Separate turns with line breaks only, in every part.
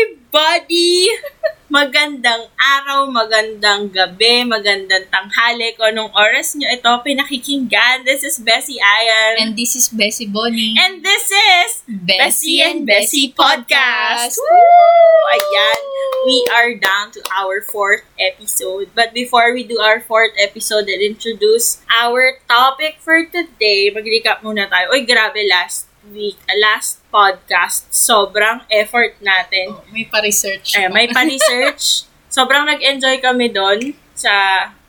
everybody! Magandang araw, magandang gabi, magandang tanghali kung anong oras nyo ito pinakikinggan. This is Bessie Ayan.
And this is Bessie Bonnie.
And this is Bessie and Bessie Podcast!
Podcast.
Woo! Ayan, we are down to our fourth episode. But before we do our fourth episode and introduce our topic for today, mag-recap muna tayo. Uy, grabe last week, last podcast, sobrang effort natin.
Oh, May pa-research.
Eh, may pa-research. Sobrang nag-enjoy kami doon sa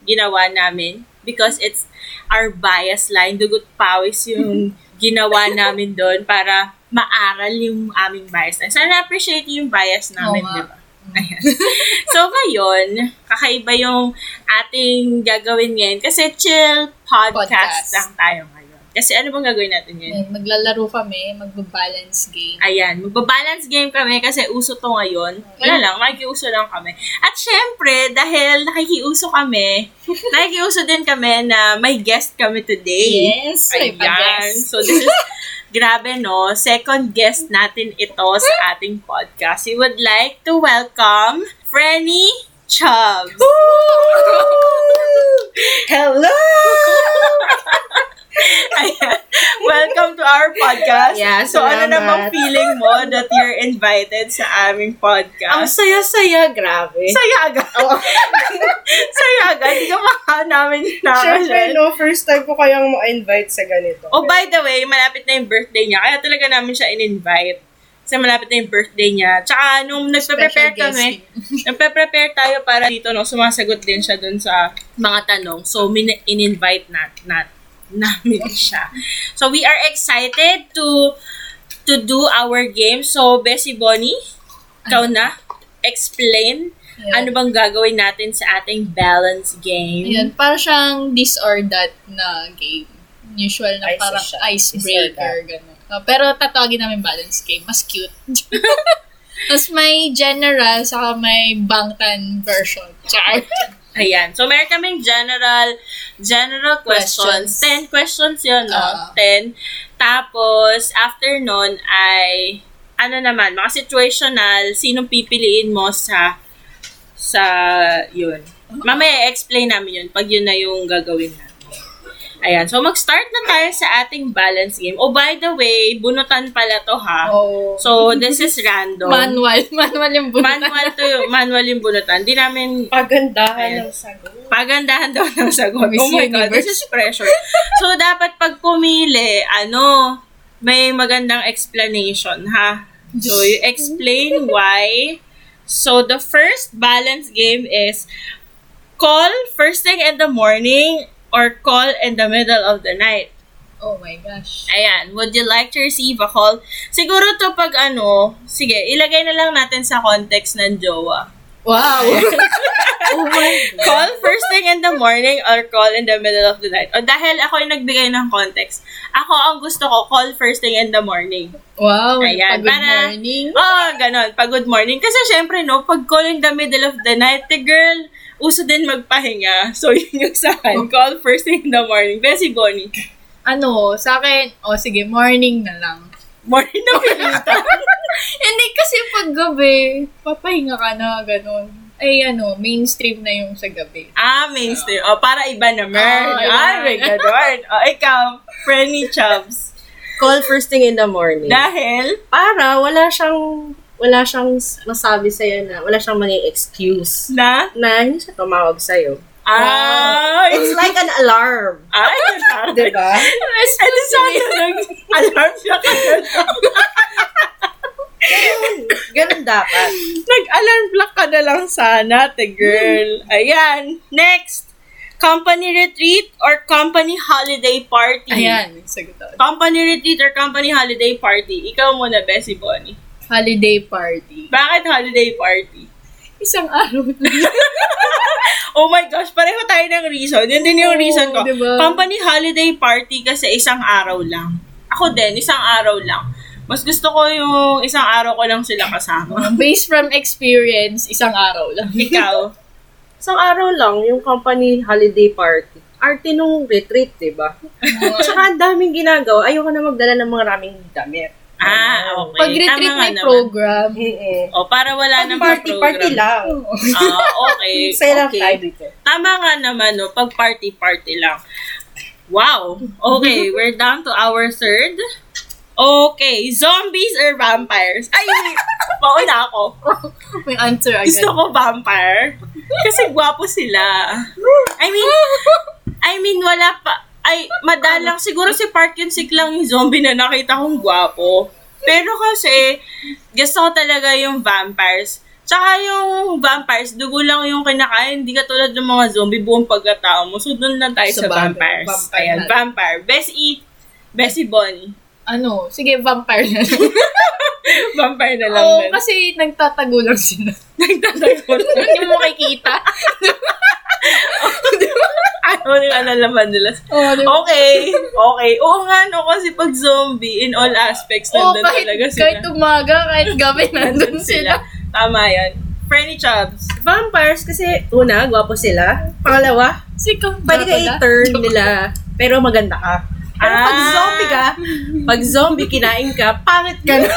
ginawa namin because it's our bias line. Dugot pawis yung ginawa namin doon para maaral yung aming bias line. Sana appreciate yung bias namin,
Oo nga.
di ba? Ayan. so, ngayon, kakaiba yung ating gagawin ngayon kasi chill podcast,
Podcast.
lang tayo ngayon. Kasi ano bang gagawin natin ngayon?
Ayan, maglalaro kami, magbabalance game.
Ayan, magbabalance game kami kasi uso to ngayon. Wala lang, makikiuso lang kami. At syempre, dahil nakikiuso kami, nakikiuso din kami na may guest kami today.
Yes, may
Ayan.
pa-guess.
So this is, grabe no, second guest natin ito
Hmm.
sa ating podcast. We would like to welcome Frenny Chubbs.
Hello!
Ayan. Welcome to our podcast.
Yeah,
so ano
salamat.
namang feeling mo that you're invited sa aming
Ang
podcast?
saya-saya,
Eh,
grabe.
Saya agad. Saya agad. Hindi ka baka namin nakakalala.
Siyempre, no, first time ko kayang ma-invite sa ganito.
Oh, by the way, malapit na yung birthday niya. Kaya talaga namin siya in-invite. Kasi malapit na yung birthday niya. Tsaka nung nagpe-prepare kami, nagpe-prepare tayo para dito, no, sumasagot din siya dun sa mga tanong. So, min- in-invite nat, nat, namin siya. So, we are excited to to do our game. So, Bessie Bonnie, ikaw na, explain ano bang gagawin natin sa ating balance game.
Ayan, parang siyang this or that na game. Usual na
Ice
parang
siya. This or
icebreater, gano'n. No, pero tatawagin namin balance game. Mas cute. Tapos may general, saka may bangtan version. Char.
Ayan. So, meron kaming general general questions.
Questions.
Ten questions yun, no?
Oo.
Ten. Tapos, after nun ay, ano naman, mga situational, sinong pipiliin mo sa, sa, yun. Mamaya, explain namin yun pag yun na yung gagawin namin. Ayan. So, mag-start na tayo sa ating balance game. Oh, by the way, bunutan pala to, ha?
Oh.
So, this is random.
Manual. Manual yung bunutan.
manual to yung, manual yung bunutan. Di namin Ayan.
Pagandahan ng sagot.
Pagandahan daw ng sagot.
Miss
Oh my God,
Universe.
this is pressure. so, dapat pag pumili, ano, may magandang explanation, ha? So, you explain why. So, the first balance game is call first thing in the morning or call in the middle of the night.
Oh my gosh.
Ayan, would you like to receive a call? Siguro to pag ano, sige, ilagay na lang natin sa context ng jowa.
Wow. oh my God.
call first thing in the morning or call in the middle of the night. O dahil ako yung nagbigay ng context, ako ang gusto ko call first thing in the morning.
Wow.
Ayan,
Ayan,
para-
morning.
Oh, ganon. Pag good morning. Kasi syempre, no, pag call in the middle of the night, the girl, uso din magpahinga. So, yun yung sa akin. Call first thing in the morning. Bessie Bonnie.
Ano, sa akin, oh sige, morning na lang.
Morning na pinita.
Hindi kasi pag gabi, papahinga ka na, ganun. Ay ano, mainstream na yung sa gabi.
ah, mainstream. O, para iba naman. Oh,
Oh, iba
ah, my
naman.
God. O, ikaw, Frenny Chubbs.
Call first thing in the morning.
Dahil,
Para wala siyang, wala siyang masabi sa'yo na, wala siyang mga excuse
na,
na hindi siya tumawag sa'yo.
ah,
It's like an alarm.
ay, ay,
Diba?
Ano sa Alarm siya kagad.
Ganun dapat.
Nag-alarm clock ka na lang sana, te girl. Ayan. Next. Company retreat or company holiday party?
Ayan, sagot ako.
Company retreat or company holiday party? Ikaw muna, Bessie Bonnie.
Holiday party.
Bakit holiday party?
Isang araw lang.
Oh my gosh, pareho tayo ng reason. Yun din yung
Oo,
reason ko.
diba?
Company holiday party kasi isang araw lang. Ako din, isang araw lang. Mas gusto ko yung isang araw ko lang sila kasama.
Ah, Based from experience, isang araw lang.
Ikaw?
Isang araw lang, yung company holiday party. Arte nung retreat, diba? Tsaka ang daming ginagawa. Ayoko na magdala ng maraming damit.
Ah, okay.
Pag-retreat
Tama nga
may
naman.
program. Oh,
Oo.
O, para wala
Pag
nang
party,
program.
party lang.
Ah, okay.
Saya lang
okay.
tayo dito.
Tama nga naman, no? Pag party-party lang. Wow. Okay, we're down to our third. Okay, zombies or vampires? Ay, mauna ako.
May answer agad.
Gusto ko vampire. Kasi gwapo sila. I mean, I mean, wala pa. Ay, madalang. Siguro si Park yun sik lang yung zombie na nakita kong gwapo. Pero kasi, gusto ko talaga yung vampires. Tsaka yung vampires, dugo lang yung kinakain. Hindi katulad ng mga zombie, buong pagkatao mo. So, doon lang tayo sa,
Sa vampire.
vampires.
Vampire
Ayan,
na.
vampire. Best E, Bessie Bonnie.
Ano? Sige, vampire na lang.
Vampire na lang.
Oo,
din.
kasi nagtatago lang sila.
Nagtatagpon.
Hindi mo makikita.
Ano yung alalaman nila sa
Oo, di ba?
Okay, okay. Oo nga, no, kasi pag zombie, in all aspects,
Oo,
nandun
kahit,
talaga sila.
kahit umaga, kahit gabi, nandun sila.
Tama yan. Frenny Chubbs.
Vampires kasi, una, gwapo sila. Pangalawa,
Sika,
pwede ka i-turn nila, pero maganda ka. Pero pag
Ah.
zombie ka, pag zombie kinain ka, pangit ka na.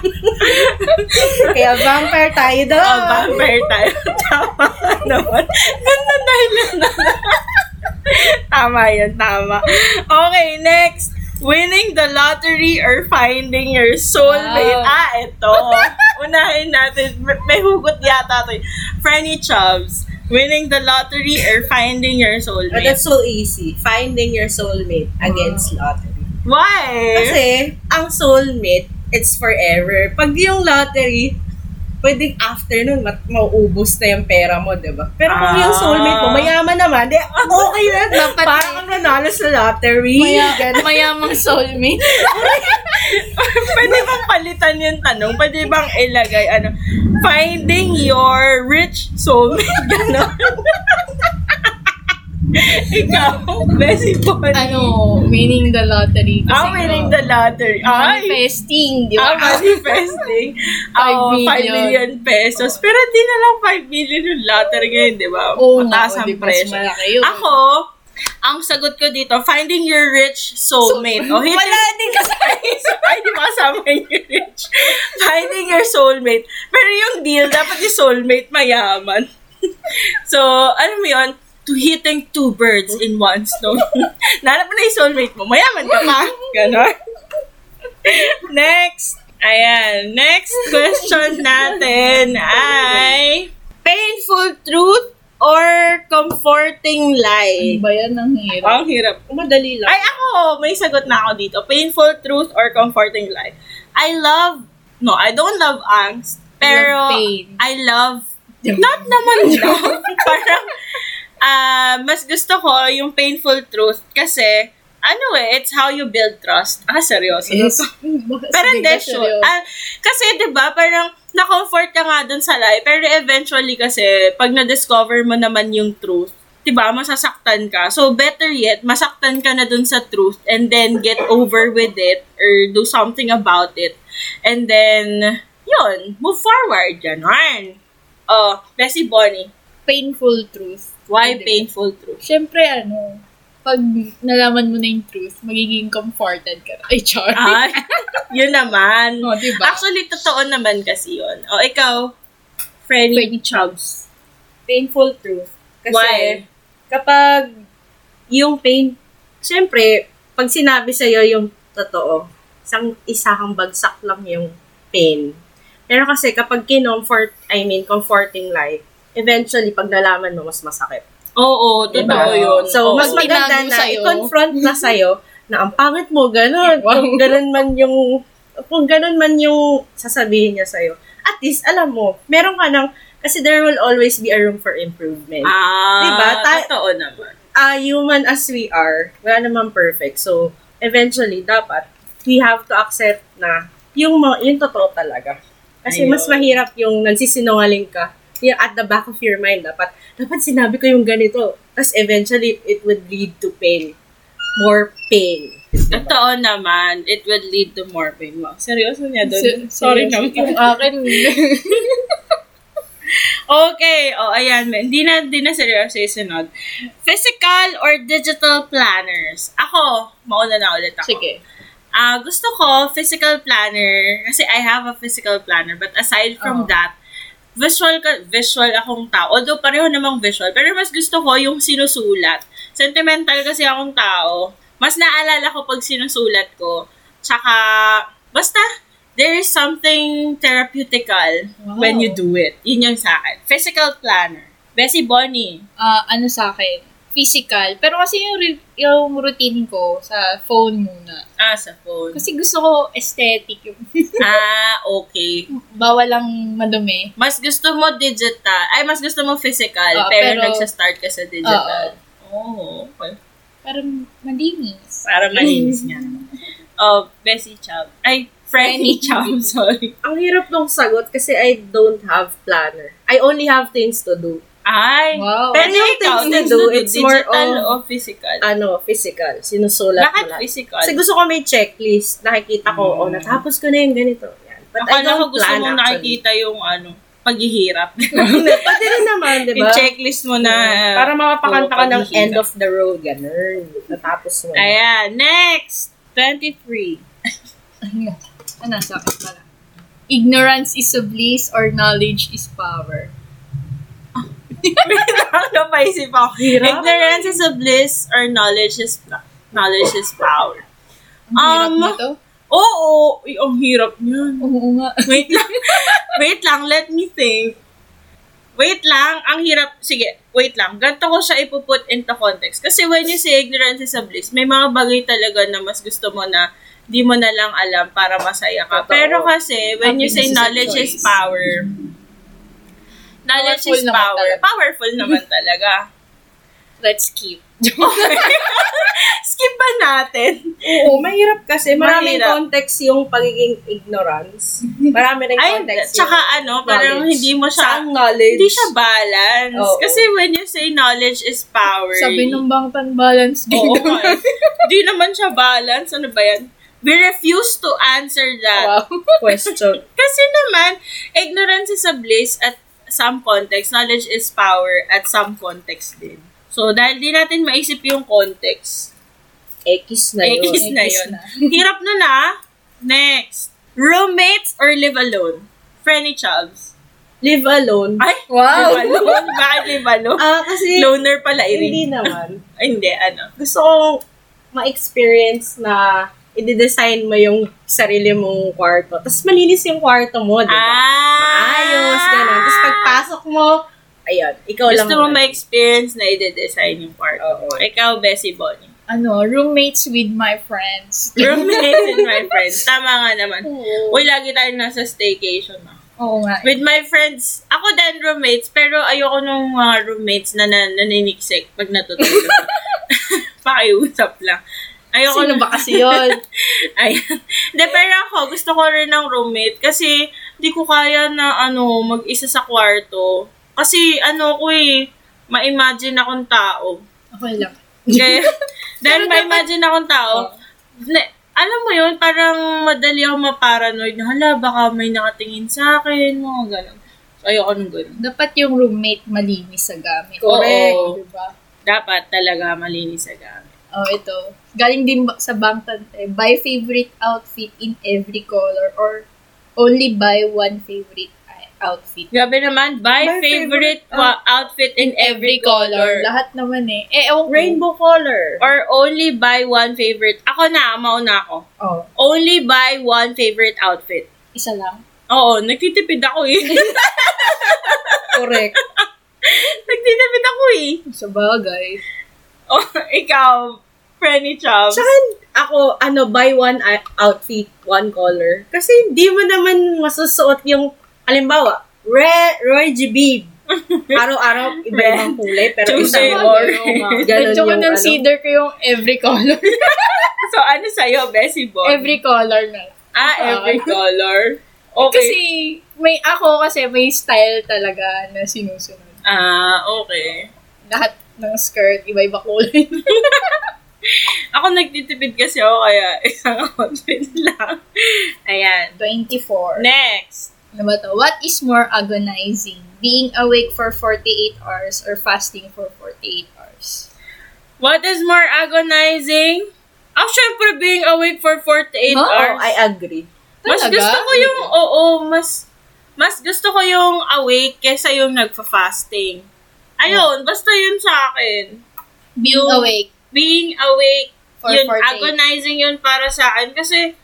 Kaya vampire tayo daw.
Oh,
Ah.
vampire tayo. Tama naman. Ganda dahilan na. tama yan, tama. Okay, next. Winning the lottery or finding your soulmate.
Wow.
Ah, ito. Unahin natin. May, may hugot yata to. Frenny Chubbs. Winning the lottery or finding your
But
soulmate.
that's so easy. Finding your soulmate against lottery.
Why?
Kasi, ang soulmate, it's forever. Pag yung lottery, pwedeng after nun, mat- mauubos na yung pera mo, di ba? Pero kung yung soulmate mo, mayaman naman, di, okay na.
Dapat-
Parang ang nanalo sa lottery.
Maya, mayamang soulmate.
Pwede bang palitan yung tanong? Pwede bang ilagay, ano, finding your rich soulmate, gano'n? Ikaw, Bessie Bonnie.
Ano, winning the lottery. Kasi ano,
Ah, winning the lottery. Ay!
Manifesting, di
Ah,
ba?
manifesting.
Five
Oh, 5
million.
million pesos. Pero di na lang 5 million yung lottery ngayon, di ba?
Oo,
Mataas
oo,
ang
di ba? Mas
presyo.
malaki yun.
Ako, ang sagot ko dito, finding your rich soulmate. oh, hindi-
Wala din kasi.
Ay, di ba kasama yung rich? Finding your soulmate. Pero yung deal, dapat yung soulmate mayaman. So, alam mo yun, to hitting two birds in one stone. Nanap mo na yung soulmate mo, mayaman ka pa. Ganon. Next. Ayan. Next question natin ay painful truth or comforting lie?
Ba yan ang hirap?
Ang hirap.
Madali lang.
Ay, ako! May sagot na ako dito. Painful truth or comforting lie. I love, no, I don't love angst, pero
love pain.
I love, not naman love, parang, ah, mas gusto ko yung painful truth kasi, ano eh, it's how you build trust. Ah, seryoso.
Yes.
Pero hindi, sure. Ah, kasi, di ba, parang na-comfort ka nga dun sa lie, pero eventually kasi, pag na-discover mo naman yung truth, di ba, masasaktan ka. So, better yet, masaktan ka na dun sa truth and then get over with it or do something about it. And then, yun, move forward. Ganon. Oh, Bessie Bonnie,
painful truth.
why
Hindi.
painful truth?
Siyempre, ano, pag nalaman mo na yung truth, magiging comforted ka. Ay, char.
Ay, yun naman.
Oh, diba?
Ah, Actually, totoo naman kasi yun. O, ikaw, Freddy,
Freddy Chubbs.
painful truth. Kasi,
why?
kapag yung pain, syempre, pag sinabi sa'yo yung totoo, isang, isa kang bagsak lang yung pain. Pero kasi kapag kinomfort, I mean, comforting life, eventually, pag nalaman mo, mas masakit.
Oo, totoo
Diba?
yun.
So,
Oo.
mas
Pag
maganda
tinago
na
sa'yo.
i-confront na sa'yo na ang pangit mo, ganun.
Wow.
Kung ganun man yung, kung ganun man yung sasabihin niya sa'yo, at least, alam mo, meron ka ng, kasi there will always be a room for improvement.
Ah,
Diba? Ta-
totoo naman.
uh, human as we are, wala naman perfect. So, eventually, dapat, we have to accept na yung, mga, yung totoo talaga. Kasi
Ayun.
mas mahirap yung nagsisinungaling ka. Yung at the back of your mind, dapat, dapat sinabi ko yung ganito. Tapos eventually, it would lead to pain. More pain.
Totoo naman. It would lead to more pain. Wow, Seryoso niya doon.
Se-
Sorry
seryoso. Yung
naman.
akin,
Okay. O, oh, ayan. man. Hindi na, hindi na seryoso yung sunod. Physical or digital planners? Ako, mauna na ulit ako.
sige.
Ah, gusto ko physical planner kasi I have a physical planner but aside from
Oo.
that, visual ka, visual akong tao. Although pareho namang visual, pero mas gusto ko yung sinusulat. Sentimental kasi akong tao. Mas naalala ko pag sinusulat ko. Tsaka basta there is something therapeutical
Wow.
when you do it. Yun yung sa akin. Physical planner. Bessie Bonnie.
Ah, ano sa akin, physical. Pero kasi yung, ru- yung routine ko sa phone muna.
Ah, sa phone.
Kasi gusto ko aesthetic yung
ah, okay.
bawal lang madumi.
Mas gusto mo digital. Ay, mas gusto mo physical.
Oo,
pero,
pero-
nagsa-start ka sa digital. Oo. Oh, okay.
Para malinis.
Para malinis nga naman. Oh, Bessie Chow. Ay, Frenny Chow. Sorry.
Ang hirap nung sagot kasi I don't have planner. I only have things to do.
Ay.
Wow.
Pero
Ano yung
ikaw,
things
things
to do?
to do,
It's more
digital o
of-
physical?
Ano, physical. Sinusulat
Bakit
mo lang.
physical?
Kasi gusto ko may checklist. Nakikita ko, oh, natapos ko na yung ganito. Yan. But
Akala
I
ko
don't
gusto
plan
mong
actually. Diba?
nakikita yung ano, paghihirap.
Pati rin naman, di ba?
Yung checklist mo na.
Para mapakanta ka ng
paghihirap.
end of the road. Ganun. Natapos mo. na.
Ayan. Next! 23.
Ano? Ano sa akin pala? Ignorance is a bliss or knowledge is power.
Napaisip ako.
Hirap.
Ignorance is a bliss or knowledge is knowledge is power.
Ang hirap
Um,
nito.
Oo, uy, ang hirap niyan.
Oo nga.
Wait lang. wait lang, let me think. Wait lang, ang hirap. Sige, wait lang. Ganito ko siya ipuput into context. Kasi when you say ignorance is a bliss, may mga bagay talaga na mas gusto mo na di mo na lang alam para masaya ka.
Totoo.
Pero kasi, when you
Happiness
say
is a
knowledge is
choice.
power, knowledge
Powerful
is
naman
power.
talaga.
Powerful naman talaga.
Let's keep.
Skip ba natin?
Oo, mahirap kasi. Maraming
Mahirap.
context yung pagiging ignorance. Marami rin
Ay,
context
tsaka ano, parang
knowledge.
hindi mo siya,
Saan knowledge?
hindi siya balance.
Oo.
Kasi when you say knowledge is power,
Sabi ng bangtan balance
oo,
din.
okay. hindi naman siya balance. Ano ba yan? We refuse to answer that.
wow.
question.
Kasi naman, ignorance is a bliss at some context. Knowledge is power at some context din. So, dahil di natin maisip yung context,
X na yun.
X na
X
yun.
na.
Hirap na na. Next. Roommates or live alone? Frenny Chubbs.
Live alone.
Ay,
Oh.
Wow.
live alone? Bakit live alone?
Ah, kasi
Loner pala, Irene.
hindi naman.
Ay, hindi, ano.
Gusto kong ma-experience na i-design mo yung sarili mong kwarto. Tapos malinis yung kwarto mo, di ba?
Ah!
Ayos, ganun. Tapos pagpasok mo, ayun, ikaw lang.
Gusto mo
naman.
ma-experience na i-design yung part.
Oo.
Ikaw, Bessie Bonnie.
Ano, roommates with my friends.
Roommates and my friends. Tama nga naman.
Oo.
Uy, lagi tayo nasa staycation. ah.
Oo nga.
With my friends, ako din roommates, pero ayoko nung mga roommates na, na naniniksik pag natutulog. Pakiusap lang. Ayoko
Sino
nung-
ba kasi yun?
Ayan. De, pero ako, gusto ko rin ng roommate kasi di ko kaya na ano, mag-isa sa kwarto. Kasi ano ko eh, ma-imagine akong tao.
Okay lang.
Kaya, dahil
Pero
ma-imagine akong tao, na- alam mo yun, parang madali ako maparanoid na, hala, baka may nakatingin sa akin, mga ganun. So, ayoko nung ganun.
Dapat yung roommate malinis sa gamit.
Correct.
Oo, diba?
Dapat talaga malinis sa gamit.
Oh, ito. Galing din ba- sa Bangtan. Eh. Buy favorite outfit in every color or only buy one favorite i- outfit.
Grabe naman, buy
My
favorite,
favorite ah.
wa- outfit in every color.
Lahat naman eh. Eh, ewan ko.
Rainbow color.
Or only buy one favorite. Ako na, mauna ako.
Oh,
Only buy one favorite outfit.
isa lang.
Oo, nagtitipid ako eh.
Correct.
nagtitipid ako eh.
Sa bagay.
Oh, ikaw, Frenny Chops.
Tsaka ako, ano, buy one i- outfit, one color. Kasi hindi mo naman masusuot yung, alimbawa, Re, Roy G. Bibb. Araw-araw, iba
Red.
ibang kulay, pero
Tuesday
isang
or-
Ganun
Medyo ko
yung
ng
ano.
cedar ko yung every color.
So, ano sa'yo, Bessie Boy?
every color na.
Ah, every color. Okay.
Kasi, may ako kasi may style talaga na sinusunod.
ah, okay.
Lahat ng skirt, iba-iba kulay.
Ako nagtitipid kasi ako, kaya isang outfit lang. Ayan.
24.
Next.
Ano ba to? What is more agonizing? Being awake for 48 hours or fasting for 48 hours?
What is more agonizing? Ah, syempre, being awake for 48
Oo,
hours.
I agree.
Mas
ah, Talaga?
gusto ko yung, oo, mas, mas gusto ko yung awake kesa yung nagfa-fasting. Ayun, basta yun sa akin.
Being awake.
Being awake,
For
yun,
48.
agonizing yun para sa akin. Kasi,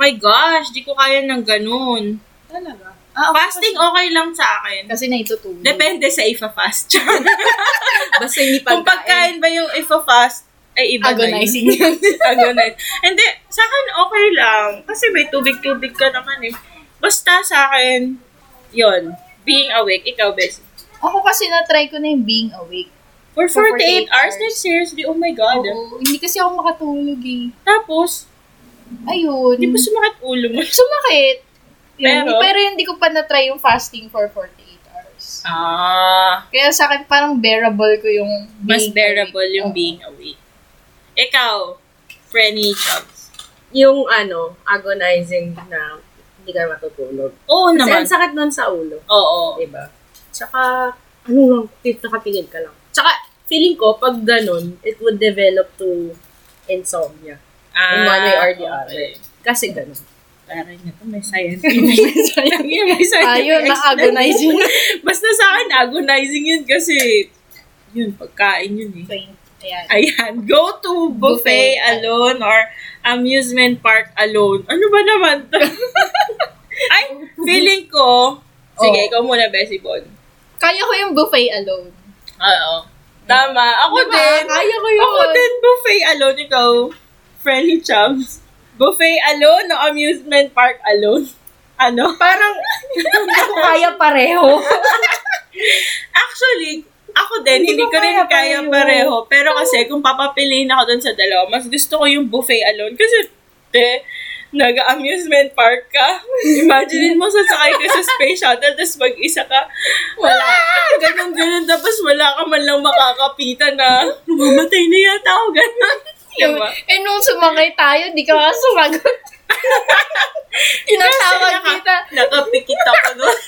my gosh, di ko kaya ng ganun.
Talaga. Ah,
Fasting okay lang sa akin.
Kasi naitutulog.
Depende sa ifa-fast. Charot.
Basta hindi
Kung pagkain
pagkain.
ba yung ifa-fast, ay iba
eh? Agonizing
na
yun.
yun. Agonize. Hindi, sa akin okay lang. Kasi may tubig-tubig ka naman eh. Basta sa akin, yon being awake, ikaw, best.
Ako kasi na-try ko na yung being awake.
For
For
48, hours,
48 hours.
like seriously, oh my God.
Oo, hindi kasi ako makatulog eh.
Tapos,
Ayun.
di ba sumakit ulo mo?
Sumakit. Yun,
Pero?
pero hindi ko pa na-try yung fasting for 48 hours.
Ah,
Kaya sa akin, parang bearable ko yung
mas
being
bearable
awake.
yung
Oo.
being awake. Ikaw, Frenny Chubbs.
Yung ano, agonizing na hindi ka matutulog.
Oo
Kasi
naman.
ang sakit nun sa ulo.
Oo.
Diba? Tsaka, ano lang, nakatingin ka lang. Tsaka, feeling ko, pag ganun, it would develop to insomnia.
Ah,
In one way or the other.
okay.
Kasi ganun.
Taray na to, may scientific. Tangina, may scientific
Ayun, na-agonizing.
Basta sa akin, agonizing yun kasi, yun, pagkain yun eh.
Ayan.
Ayan, go to buffet,
Buffet.
alone or amusement park alone. Ano ba naman to? Ay, feeling ko, sige,
Oh.
ikaw muna, Bessie Bon.
Kaya ko yung buffet alone.
Oo. Tama. Ako
Diba?
din.
Kaya ko yun.
Ako din, buffet alone. Ikaw, friendly chums. Buffet alone o amusement park alone? Ano? Parang,
Ako kaya pareho.
Actually, ako din, hindi,
Hindi
ko
ko
rin
kaya
kaya
pareho.
pareho. Pero kasi, kung papapiliin ako dun sa dalawa, mas gusto ko yung buffet alone. Kasi, te, nag-amusement park ka. Imagine mo, sasakay ka sa space shuttle, tapos mag-isa ka. Wala. Ganun, ganun. Tapos wala ka man lang makakapitan na, mamatay na yata ako. Ganun. Diba?
Eh, nung sumakay tayo, di ka nga sumagot. Tinatawag
Kasi naka-
kita.
Nakapikit ako doon.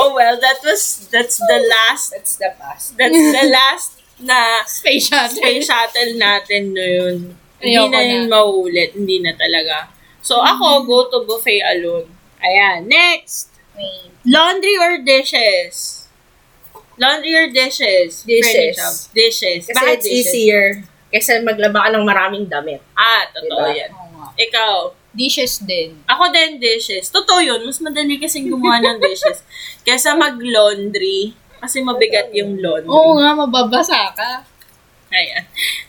oh well, that was, that's the last,
That's the past.
that's the last na
Space shuttle.
space shuttle natin noon. Hindi
Ayoko
na yun
na.
mauulit. Hindi na talaga. So, ako, go to buffet alone. Ayan. Next!
Wait.
Laundry or dishes? Laundry or dishes?
Dishes.
Freddy Chubbs. Dishes.
Kasi
Bakit
it's
dishes?
easier. Kasi maglaba ka ng maraming damit.
Ah, totoo
Diba?
yan.
Oo nga.
Ikaw.
Dishes din.
Ako din, dishes. Totoo yun. Mas madali kasing gumawa ng dishes. Kesa mag-laundry. Kasi mabigat yung laundry.
Oo nga, mababasa ka.
Ayan.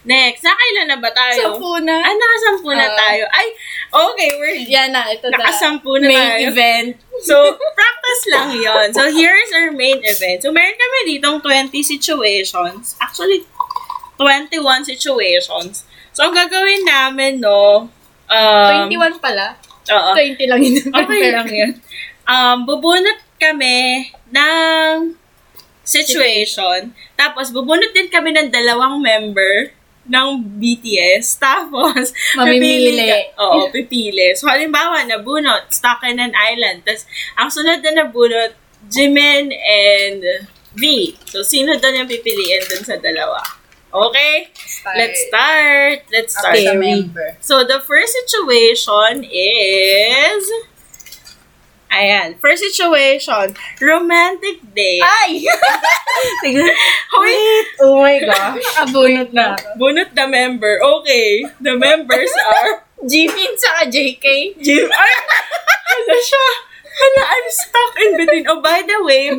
Next. Nakailan na ba tayo?
Sampu na.
Ah, nakasampu na
Ah.
tayo. Ay, okay, we're
Yan na, ito na.
nakasampu na
Main
tayo.
event.
So, practice lang yon So, here is our main event. So, meron kami ditong 20 situations. Actually, 21 situations. So, ang gagawin namin, no, um,
21 pala.
Oo.
20 lang yun.
Okay lang yun. Um, bubunot kami ng situation. Tapos, bubunot din kami ng dalawang member ng BTS. Tapos,
Mamimili.
pipili ka- Oo, pipili. So, halimbawa, nabunot, Staken and Island. Tapos, ang sunod na nabunot, Jimin and V. So, sino doon yung pipiliin dun sa dalawa? Okay? Let's start. Let's start.
Okay.
Sa member.
So, the first situation is... Ayan. First situation, romantic date.
Ay!
Sige.
Hoy,
Oh my gosh.
Abunot na.
bunot the member. Okay. The members are...
Jimin sa JK.
Jim. Ay! Ano siya? Hala, I'm stuck in between. Oh, by the way,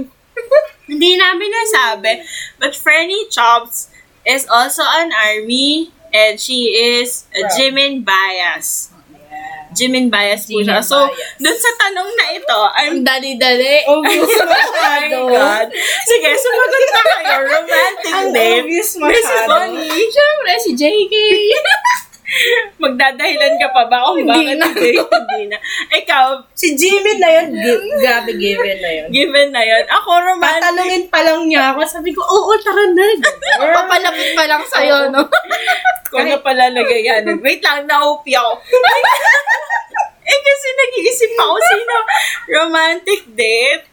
hindi namin nasabi, but Franny Chops is also an army and she is a Jimin bias. Jimin bias po siya.
Oh, Jimin
So,
bias.
dun sa tanong na ito, I'm "Oh
Ang dali-dali.
Obvious
my God. Sige, sumagot na kayo. Romantic
Ang
name.
obvious
Mrs.
masyado.
Bonnie,
Siyempre, si JK.
magdadahilan ka pa ba kung
Hindi
bakit
na.
hindi, hindi na. Ikaw,
Si Jimmy na yun. Gi- Grabe, given na yun.
given na yun. Ako, romantic.
Tatanungin pa lang niya ako. Sabi ko, oo, tara na.
Papalapit pa lang sa'yo, no?
Kung
eh.
na pala lagayanin. Wait lang, na-OP ako. eh kasi nag-iisip ako sino romantic date.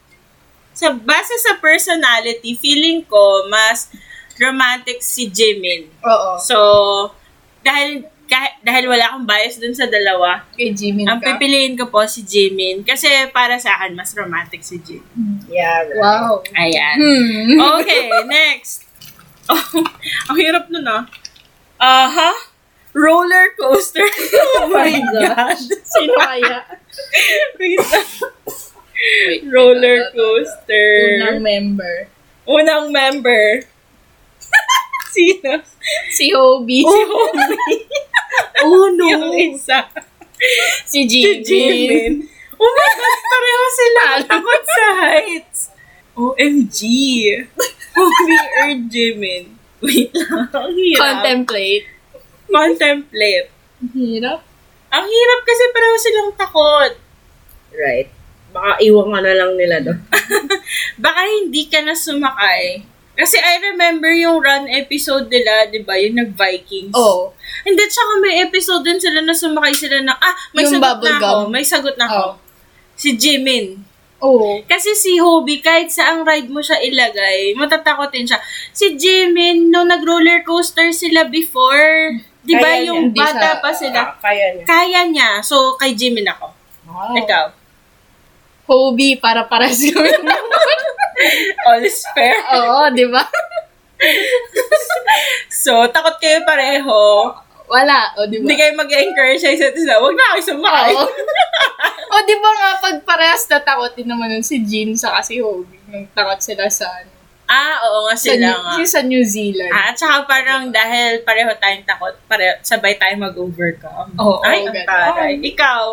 Sa, base sa personality, feeling ko mas romantic si Jimin.
Oo.
So, dahil, kah- dahil wala akong bias dun sa dalawa,
Kay Jimin
ang
ka.
pipiliin ko po si Jimin. Kasi para sa akin, mas romantic si Jimin.
Yeah, right.
Wow.
Ayan.
Hmm.
Okay, next. Oh, ang hirap nun ah. Aha. Roller coaster. Oh my God.
Sino kaya?
Wait lang.
Wait,
Roller
ito, ito, ito.
coaster.
Unang member.
Unang member. Sino?
Si Hobie.
Si Homie.
Oh,
Yung isa.
Si
Si
Jimin.
Jimin. Oh my God, pareho sila. Takot sa heights. OMG. Homie or Oh, Jimin. Wait lang. Ang hirap.
Contemplate.
Contemplate.
Hirap.
Ang hirap kasi pareho silang takot.
Right. Baka iwang ka na lang nila doon.
Baka hindi ka na sumakay. Kasi I remember yung run episode nila, di ba? Yung nag-Vikings.
Oo.
Hindi, tsaka may episode din sila na sumakay sila na, ah, may
Yung
sagot na
bubblegum.
ako. May sagot na ako.
Oo.
Si Jimin.
Oo.
Kasi si Hobie, kahit saang ride mo siya ilagay, matatakotin siya. Si Jimin, nung nag-roller coaster sila before, di ba
Kaya niya.
yung
Hindi
bata
siya-
pa sila,
Ah, kaya niya.
kaya niya. So, kay Jimin ako.
Wow.
Ikaw.
Hobie, para paras kami.
All is fair.
Oo, di ba?
So, takot kayo pareho.
Wala. O, di ba?
Hindi kayo mag-encourage sa isa't isa. Huwag na kayo sumakay.
Oo. o, di ba nga, pag parehas na takot din naman nun si Jin sa kasi Hobie, nung takot sila sa, ano,
Ah, oo nga
sa,
sila
New-
nga.
yung sa New Zealand.
Ah, at saka parang dahil pareho tayong takot, pareho, sabay tayong mag-overcome.
Oo,
Ay,
oo,
ang
ganun.
taray. Ikaw.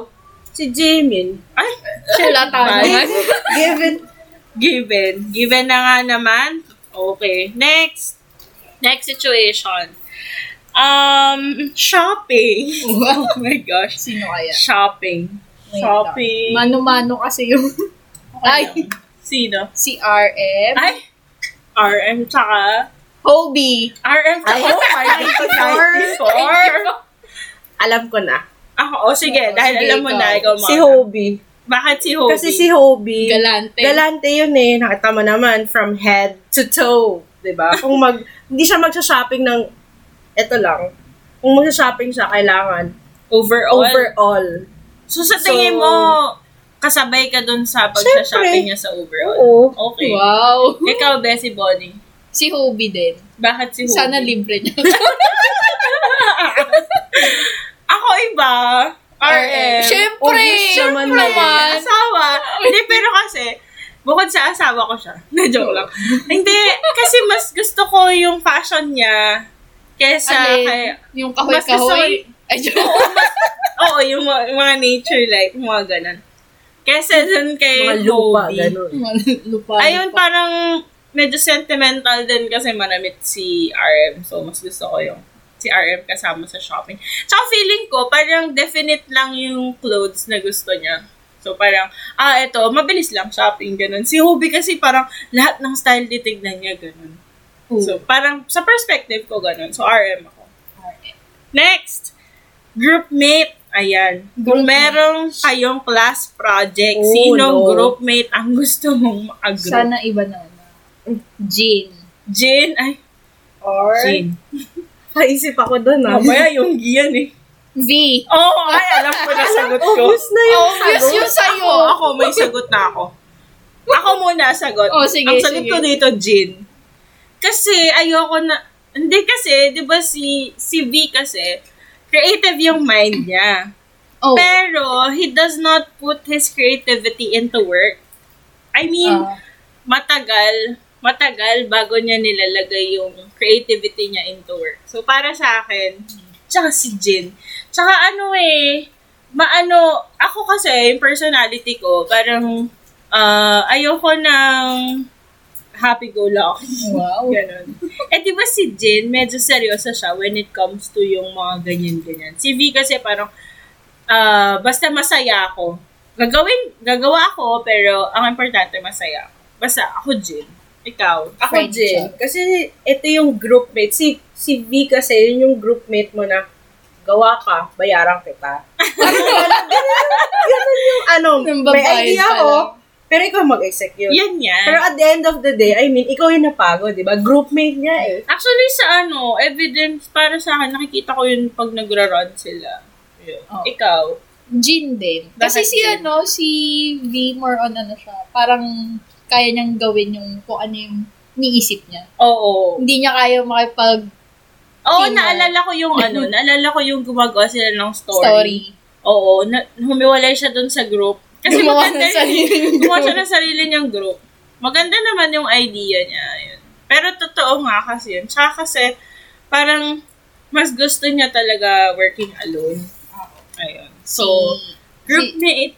Si Jimin.
Ay,
Sila tayo naman.
Give it.
given. Given na nga naman. Okay. Next. Next situation. Um, shopping.
Wow.
Oh my gosh.
Sino kaya?
Shopping.
Wait
Shopping.
lang. Mano-mano kasi yung... Ay,
Sino?
si RM.
Ay, RM tsaka
Hobie.
RM
Ay,
tsaka
Alam ko na.
Ako, oh, sige.
Oo,
dahil
sige,
alam mo na, ikaw
Si
Mara.
Hobie.
Bakit si Hobie?
Kasi si Hobie.
Galante.
Galante yun eh. Nakita mo naman, from head to toe. 'di ba? Kung mag, hindi siya magsha-shopping ng, eto lang. Kung magsha-shopping siya, kailangan
overall.
overall.
So, sa tingin
So-
mo, kasabay ka dun sa
Siyempre.
pagsha-shopping niya sa overall?
Oo.
Okay.
Wow.
Ikaw, Bessie Bonnie.
Si Hobie din.
Bakit si Hobie?
Sana libre niya.
Ako iba. RM. Oh,
Siyempre.
Obvious naman
Siyempre naman.
Asawa. Hindi, pero kasi, bukod sa asawa ko siya. Na-joke lang. Hindi, kasi mas gusto ko yung fashion niya kesa
Alin,
kay...
yung
Mas gusto
kahoy-kahoy. Ay, joke.
Oo, yung mga, yung mga nature like, mga ganun. Kesa dun kay
Mga lupa,
Hobie.
ganun.
Lupa.
Ayun, parang medyo sentimental din kasi manamit si RM. So, mas gusto ko yung si RM kasama sa shopping. Tsaka feeling ko, parang definite lang yung clothes na gusto niya. So, parang, ah, eto, mabilis lang shopping, ganun. Si Hobie kasi parang lahat ng style titignan niya, ganun. So, parang sa perspective ko, ganun. So, RM ako. Next, groupmate. Ayan. Kung merong kayong class project,
Oh,
sinong
no.
groupmate ang gusto mong maka-group?
Sana iba na. ano. Jean.
Jin, ay,
Or
Jin. Ano
Paisip ako doon ah.
Mamaya yung giyan eh.
V.
Oo, oh, ay, alam ko na sagot ko.
Obvious na yun.
Obvious yun sa'yo.
Ako, ako, may Oh, sagot na ako. Ako muna sagot.
Oh, sige,
Ang sagot
sige.
ko dito, Jin. Kasi ayoko na, hindi kasi, di ba si, si V kasi, creative yung mind niya.
Oh.
Pero, he does not put his creativity into work. I mean,
Ah.
matagal, matagal bago niya nilalagay yung creativity niya into work. So, para sa akin, tsaka si Jin. Tsaka ano eh, maano, ako kasi, yung personality ko, parang, ah, ayoko ng happy-go-lucky.
wow.
Ganon. Eh, di ba si Jin, medyo seryosa siya when it comes to yung mga ganyan-ganyan. Si V kasi parang, ah, basta masaya ako. Gagawin, gagawa ako, pero ang importante, masaya ako. Basta ako, Jin. Ikaw.
Ako
Friend
Jen.
siya.
Kasi ito yung groupmate. Si, si V kasi yun yung groupmate mo na gawa ka, bayaran kita. Parang ganun. Ganun yung ano,
Nang
may
babayad
idea
pa
ako,
lang.
Pero ikaw mag-execute.
Yan yan.
Pero at the end of the day, I mean, ikaw yung napagod, di ba? Groupmate niya eh.
Actually, sa ano, evidence para sa akin, nakikita ko yun pag nagra-run sila.
Oh.
Ikaw.
Jin din. Kasi
Bakit
si
Jin?
ano, si V more on ano siya, parang kaya niyang gawin yung kung ano yung niisip niya.
Oo.
Hindi niya kaya makipag
Oo,
Teamwork.
naalala ko yung ano, naalala ko yung gumagawa sila ng story.
story.
Oo, na, humiwalay siya doon sa group. Kasi
Gumawa
maganda
ng sarili
yun.
niyang
Gumawa siya
group.
ng sarili niyang group. Maganda naman yung idea niya. Yun. Pero totoo nga kasi yun. Tsaka kasi, parang, mas gusto niya talaga working alone. Ayun. So, groupmate,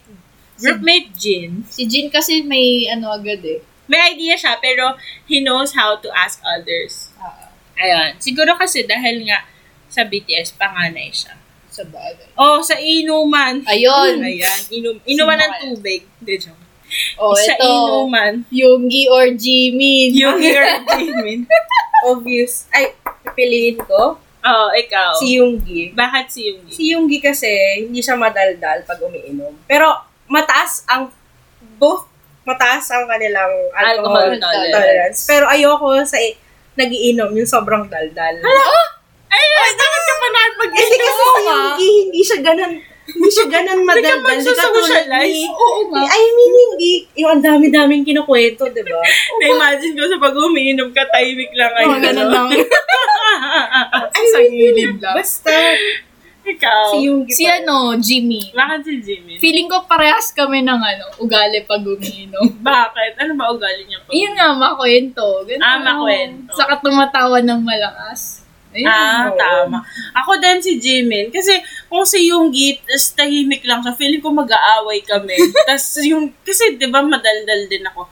groupmate Jin,
Si, si Jin kasi may ano agad eh.
may idea siya, pero he knows how to ask others.
Ah,
Ayun. Siguro kasi dahil nga sa BTS, panganay siya.
sa bagay.
Oh, sa inuman.
Ayun.
Ayan. Inum inuman ng
Sinuman.
tubig. Hindi, joke.
Oh,
sa
ito.
inuman.
Yungi or Jimin.
Yung your demon.
Obvious. Ay, pipiliin ko.
Oo, Oh, ikaw.
Si Yoongi.
Bakit si Yung
Si Yoongi kasi, hindi siya madaldal pag umiinom. Pero, mataas ang, both, mataas ang kanilang
Alcohol
alcohol,
tolerance.
tolerance. Pero ayoko sa i- nagiinom yung sobrang daldal.
Ayun! Bakit ka pa
Kasi
nakapag-inom?
kasi si Yoongi, hindi siya ganun, hindi siya ganun madaldal. Hindi katulad
magsosocialize.
ni-
Oo nga.
I mean, hindi, yung ang dami-daming kinukwento, di ba?
Na-imagine ko sa pag umiinom ka, tahimik lang kayo.
Mga ganun
no?
lang.
Ay,
Sa gilid lang.
Basta,
ikaw.
si Yoongi
Si
pa.
ano, Jimmy.
Bakit si Jimmy?
Feeling ko parehas kami ng ano, ugali pag umiinom.
Bakit? Ano ba ugali niya po?
Yun nga, makwento. Ganun.
Ah, makwento.
Saka tumatawa ng malakas. Ayun.
Ah,
Oo.
tama. Ako din si Jimin. Kasi kung si Yoongi, tas tahimik lang siya, feeling ko mag-aaway kami. tas yung, kasi di ba madaldal din ako.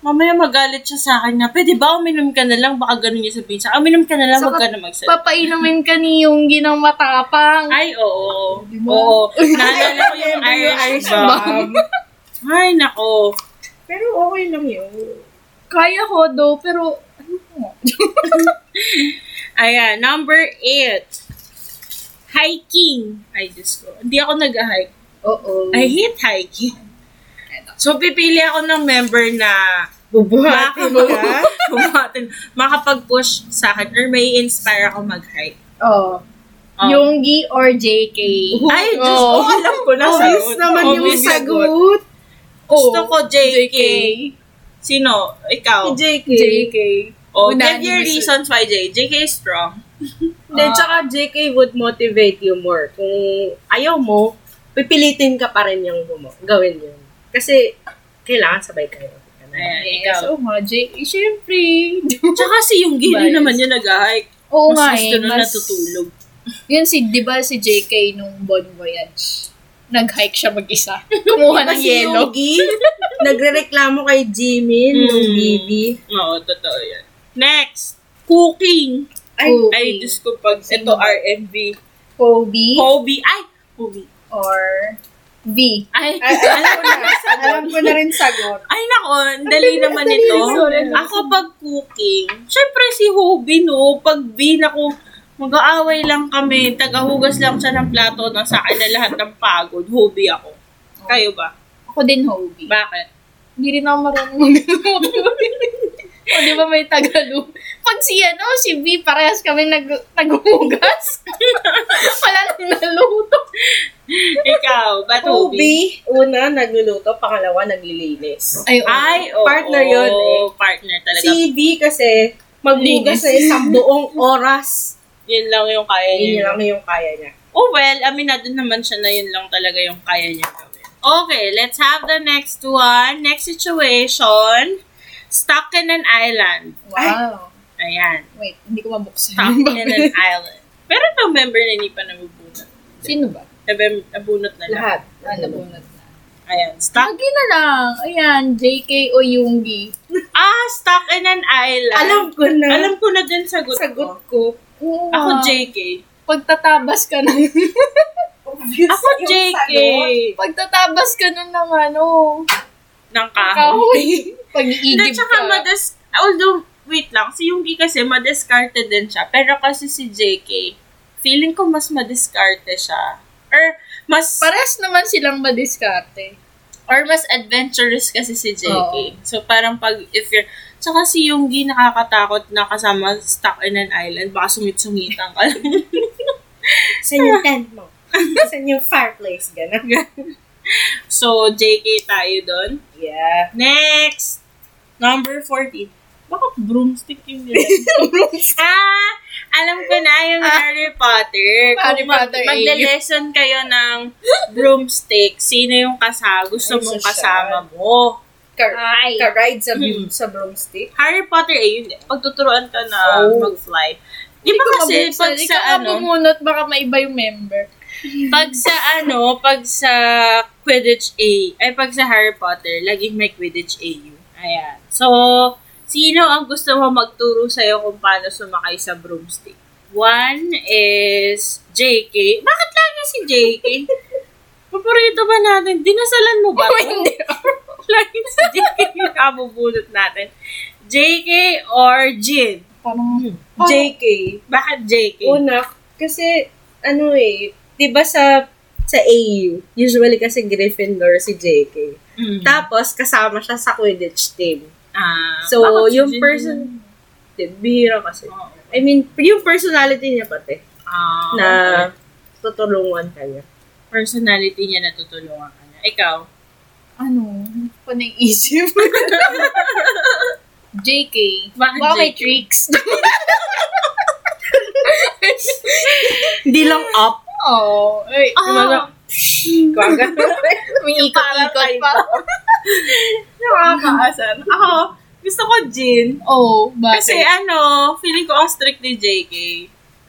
Mamaya magalit siya sa akin na, pwede ba uminom ka na lang? Baka ganun niya sabihin siya. Uminom ka na lang, wag ka na magsalita.
Papainumin ka ni Yunggi ng matapang.
Ay, oo.
Di ba?
Oo. Naalala ko yung Irish bomb. Ay, nako.
Pero okay lang yun.
Kaya ko do, pero ano ko?
Ayan, number eight. Hiking. Ay, Diyos ko. Hindi ako nag-hike.
Oo.
I hate hiking. So, pipili ako ng member na
Bubuhatin ka.
makakapag- makapag-push sa akin or may inspire ako mag-hike.
Oh.
Oh.
Yunggi or JK?
Ay, Diyos ko,
Oh.
alam ko na.
Obvious
sagot.
naman yung
Obvious sagot.
sagot.
Gusto
Oh.
ko JK. Sino? Ikaw?
Si JK.
JK.
Oh,
Unanimous.
give your reasons why J. JK is strong.
Hindi,
Ah.
tsaka JK would motivate you more. Kung ayaw mo, pipilitin ka pa rin yung gumo. Gawin yun. Kasi, kailangan sabay kayo.
Ayan,
Yes,
ikaw.
oo nga, JK. Siyempre.
Tsaka si yung hindi
Bias.
naman yun nag-hike.
Oo
mas
nga
gusto
eh.
nun
mas-
natutulog.
Yun si, di ba si JK nung Bon Voyage? Nag-hike siya mag-isa. Kumuha ng
Kasi
yelo.
Yogi, nagre-reklamo kay Jimin, yung
Mm.
Bibi.
Oo, totoo yan. Next, cooking.
Ay,
Cooking.
Ay, Diyos ko pag ito RMB.
Kobe
Kobe. Ay, Kobe.
or V.
Ay,
Ay, alam ko na. alam ko na rin sagot.
Ay, nako, ang dali naman ito.
Sorry.
Ako pag cooking, syempre si Hobie, no? Pag bin ako, mag-aaway lang kami, tagahugas lang siya ng plato na sa akin na lahat ng pagod. Hobie ako. Kayo ba?
Ako din Hobie.
Bakit?
Hindi rin ako marunong magluto. o, di ba may Tagalog? Pag si ano, si V, parehas kami nag naghuhugas. Wala nang naluto.
Ikaw, ba't Hobie?
Ubi, una, nagluluto. Pangalawa, naglilinis.
Ay, oh, oo.
Ay, oo.
Partner yun, eh.
Partner Oh, talaga.
Si B kasi, maghugas
Linis.
sa isang buong oras.
Yun lang yung kaya
Yun
niya.
lang yung kaya niya.
Oh well, aminado naman siya na yun lang talaga yung kaya niya gawin. Okay, let's have the next one. Next situation, stuck in an island.
wow.
Ayan.
Wait, hindi ko mabuksan.
stuck in an island. Pero no member na hindi pa nabubunot.
Sino ba?
Nabem- Nabunot na lang.
Lahat.
Ah, nabunot na.
Ayan, stuck.
Lagi na lang. Ayan, JK o Yunggi.
Ah, stuck in an island.
Alam ko na.
Alam ko na din sagot,
sagot
ko.
ko.
Oo
Ako
nga.
JK.
Pagtatabas ka na.
Obvious
Ako
yung
JK.
sagot.
Pagtatabas ka na ng ano.
Ng kahoy.
Kahoy.
Hindi,
Pag-iigib
tsaka
ka.
madas... Although, wait lang. Si Yungi kasi madiscarte din siya. Pero kasi si JK, feeling ko mas madiscarte siya. Or, mas...
Parehas naman silang madiskarte.
Or mas adventurous kasi si JK.
Oo.
So, parang pag, if you're, Tsaka si Yonggi nakakatakot na kasama stuck in an island. Baka sungit-sungitan ka lang.
Saan yung tent mo? Saan yung fireplace? Ganun.
so, JK tayo doon.
Yeah.
Next! Number 14. Bakit broomstick yung ganyan? ah! Alam ko na yung
Ah.
Harry Potter.
Harry
Kung mag-
Potter eh.
Magle-lesson kayo ng broomstick. Sino yung kasa, gusto
Ay,
mong
social.
kasama mo?
Car-
Ay.
Ka-ride sa,
Hmm.
sa broomstick.
Harry Potter eh, yun. eh. Pagtuturuan ka na
Oh.
mag-fly. Di ba kasi pag sa ano,
bumunot, baka maiba yung member.
pag sa ano, pag sa Quidditch A, ay pag sa Harry Potter, laging may Quidditch AU. Ayan. So, sino ang gusto mo magturo sa'yo kung paano sumakay sa broomstick? One is JK. Bakit lagi si JK? Paborito ba natin? Dinasalan mo ba? to? Lagi si JK yung kabubunot natin. JK or Jin? Hmm.
Parang,
JK.
Bakit JK?
Una, kasi, ano eh, di ba sa sa AU, usually kasi Gryffindor si JK.
Mm.
Tapos, kasama siya sa Quidditch team.
Ah,
So,
bakit si
yung
Jin
person,
yun?
Di- bihira kasi.
Oo.
I mean, yung personality niya pati,
Ah,
na
okay.
tutulungan ka niya.
personality niya natutulungan ka niya. Ikaw?
ano, pa naisip. JK.
Bakit
Baka may
JK?
tricks.
Hindi lang up.
Oo. Ay,
Ah.
wala. May ikot-ikot pa.
Nakakaasan. Ako, gusto ko Jin.
Oo,
Kasi
bakit?
ano, feeling ko ang strict ni JK.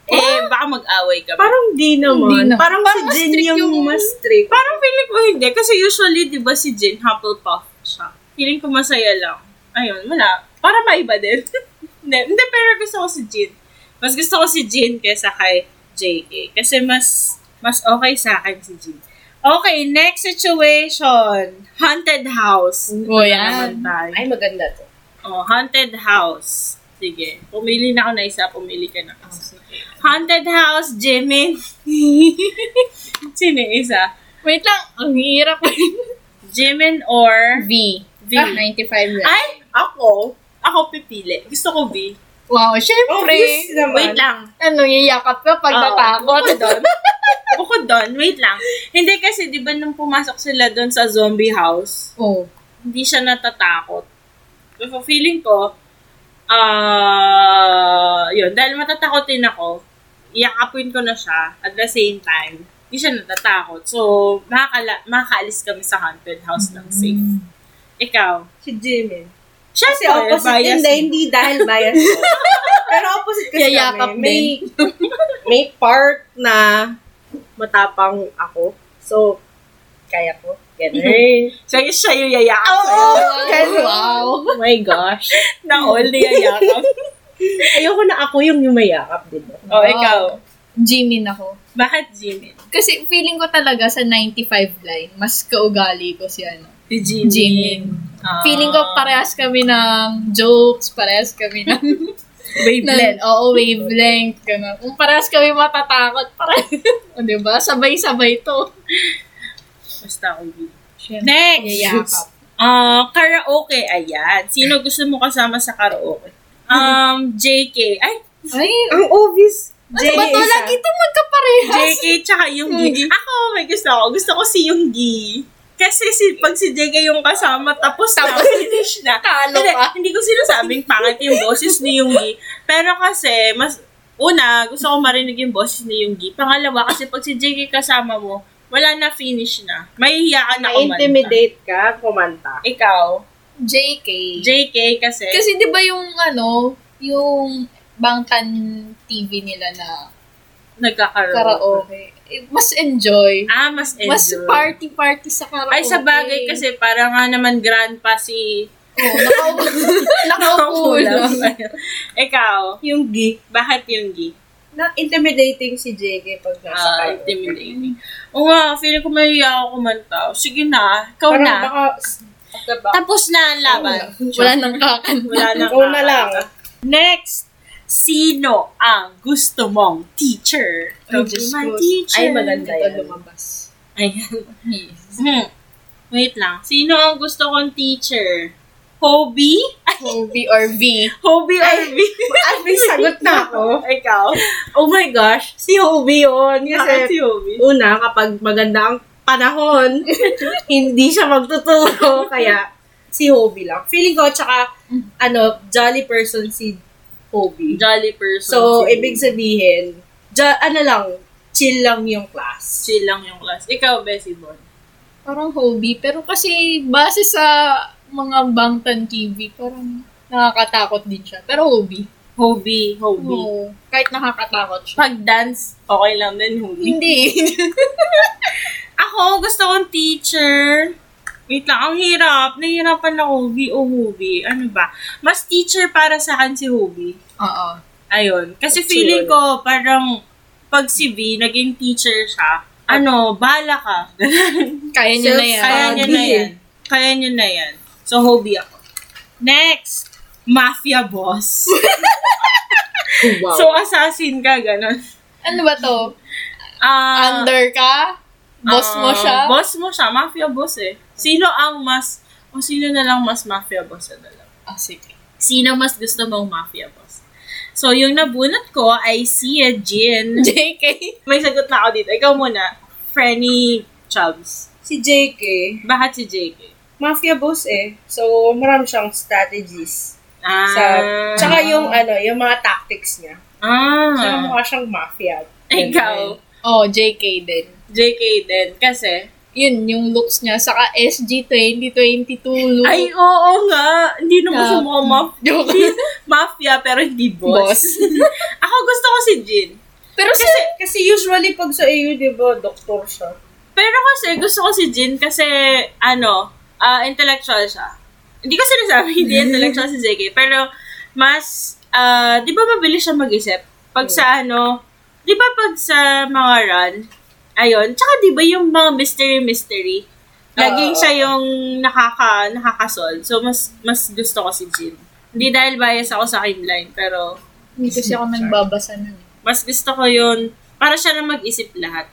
Eh, baka mag-away kami. Parang,
Ah! Parang di naman.
Hindi naman.
Parang,
Parang mas
si Jin
strict
yung,
yung-
mas strict.
parang feeling ko hindi. Kasi usually, di ba si Jin, Hufflepuff siya. Feeling ko masaya lang. Ayun, wala. Para maiba din. hindi, hindi, pero gusto ko si Jin. Mas gusto ko si Jin kaysa kay JK. Kasi mas, mas okay sa akin si Jin. Okay, next situation. Haunted house. Ito
O,
na naman
yan.
tayo.
Ay, maganda to.
Oh, haunted house. Sige. Pumili na ako na isa, pumili ka na. isa. Haunted house, Jimmy. Sino yung isa?
Wait lang, ang hirap.
Jimin or
V.
V?
Ah, 95 lang.
Ay!
Ako?
Ako pipili. Gusto ko V.
Wow, syempre.
Obvious Oh, naman.
Wait lang.
Ano, yayakap ka pag
Oo.
natakot.
Bukod doon. Bukod doon, wait lang. Hindi kasi, di ba nung pumasok sila doon sa zombie house,
Oo.
hindi siya natatakot. So, feeling ko, ah, yun, dahil matatakotin ako, iakapin ko na siya at the same time, hindi siya natatakot. So, makakala- makakaalis kami sa haunted house
Mm.
ng safe. Ikaw?
Si Jimin.
Siyempre,
Kasi opposite,
bias
hindi,
mo.
hindi dahil bias ko. Pero opposite kasi
Yayakap
kami. May, may part na matapang ako. So, kaya ko. Ganun.
Hey, siya, siya yung yayakap Eh, sa'yo.
Oh!
Oo.
wow.
Oh my gosh.
Na all na yayakap.
Ayoko na ako yung yumayakap, di ba?
oh, ikaw.
Jimin ako.
Bakit Jimin?
Kasi feeling ko talaga sa 95 line, mas kaugali ko si ano.
Si Jimin.
Jimin.
Ah.
Feeling ko parehas kami ng jokes, parehas kami ng...
Wavelength.
ng- Oo, wavelength. Ganun. Kung parehas kami matatakot, parehas. o, diba? Sabay-sabay to.
Basta ako V.
Siyempre.
Next!
Yayakap.
Ah, karaoke, ayan. Sino gusto mo kasama sa karaoke? Um, JK. Ay,
Ay,
Ang obvious.
J ba't Ano
isa.
wala dito magkaparehas?
JK tsaka Yunggi.
Hmm.
Ako, may gusto ako. Gusto ko si Yunggi. Kasi si, pag si JK yung kasama, tapos,
Tapos, Ano
na, finish na.
Talo
Hindi,
ka.
hindi ko sinasabing pangit yung boses ni Yunggi. Pero kasi, mas, una, gusto ko marinig yung boses ni Yunggi. Pangalawa, kasi pag si JK kasama mo, wala na finish na. Mahihiya ka na kumanta.
Na-intimidate ka, kumanta.
Ikaw,
JK.
JK kasi,
Kasi di ba yung ano, yung bangtan TV nila na
nagkakaroon.
karaoke, eh, mas enjoy.
Ah, mas enjoy.
Mas party-party sa karaoke.
Ay, sa bagay kasi, parang nga naman grandpa si...
Oo, nakaupo, nakaupo lang.
Ikaw,
Yung geek.
bakit yung gi?
Na-intimidating si JK pag nasa
Ah,
karaoke.
intimidating. Oo nga, feeling ko may ako kumanta. Sige na, ikaw
Parang
na.
baka, at the back.
Tapos na ang laban.
Wala nang kakan.
Wala na.
Ikaw na lang.
Next, sino ang gusto mong teacher?
Ay,
Don't be
Diyos
my
ko.
teacher.
Ay, maganda
Ito
yan.
lumabas.
Ayan.
Yes.
Hmm. Wait lang. Sino ang gusto kong teacher? Hobie?
Hobie or V.
Hobie or V?
At least sagot na ako.
Ikaw?
Oh my gosh, si Hobie yun.
Bakit
Kasi
si Hobie?
una, kapag maganda ang panahon, hindi siya magtuturo. Kaya, si Hobie lang. Feeling ko, tsaka, ano, jolly person si Hobie.
Jolly person.
So,
si
ibig
Hobie.
sabihin, jo- ano lang, chill lang yung class.
Chill lang yung class. Ikaw, Bessie Bon.
Parang hobby. Pero kasi base sa mga Bangtan TV, parang nakakatakot din siya. Pero hobby.
Hobie,
Oh.
Hobie.
Oo. Kahit nakakatakot siya.
Pag dance, okay lang din, Hobie.
Hindi.
Ako, gusto kong teacher. Wait lang, ang hirap. Nahihirapan ako, Hobie o Hobie. Ano ba? Mas teacher para sa akin si Hobie.
Oo.
Ayun. Kasi
Teacher.
feeling ko, parang pag si V, naging teacher siya, ano, bala ka.
Kaya niya na yan.
Kaya niya na
Hobie.
yan. Kaya niya na yan. So, Hobie ako. Next, mafia boss.
Wow.
So, assassin ka, ganun.
Ano ba to?
Ah,
Under ka? Boss mo
ah,
siya?
Boss mo siya. Mafia boss eh. Sino ang mas, o sino na lang mas mafia boss na lang?
Ah, sige.
Sino mas gusto mong mafia boss? So, yung nabunot ko, I see a Jin.
JK?
May sagot na ako dito. Ikaw muna. Frenny Chubbs.
si JK,
Bakit si JK?
mafia boss eh. So, marami siyang strategies.
Ah.
Sa, tsaka yung, ano, yung mga tactics niya. So,
Ah.
mukha siyang mafia.
Ikaw.
Oh, JK din.
JK din. Kasi.
Yun, yung looks niya. Saka SG 2022 look.
Ay, oo nga. Hindi naman
Yeah.
siya mukhang maf-
Joke.
hindi- mafia, pero hindi boss.
Boss.
Ako gusto ko si Jin.
Pero si...
Kasi,
Kasi usually pag sa AU, di ba, doktor siya.
pero kasi gusto ko si Jin kasi, ano, ah, intellectual siya. Hindi ko sinasabi hindi
Hmm.
intellectual si JK, pero mas, ah, di ba mabilis siya mag-isip? Pag
Hmm.
sa ano, di ba pag sa mga run, ayun, tsaka di ba yung mga mystery-mystery, laging
Oo.
siya yung nakaka, nakakasol. So, mas, mas gusto ko si Jin. Hindi dahil bias ako sa timeline, pero
Hindi kasi ako nagbabasa nun.
mas gusto ko yun para siya na mag-isip lahat.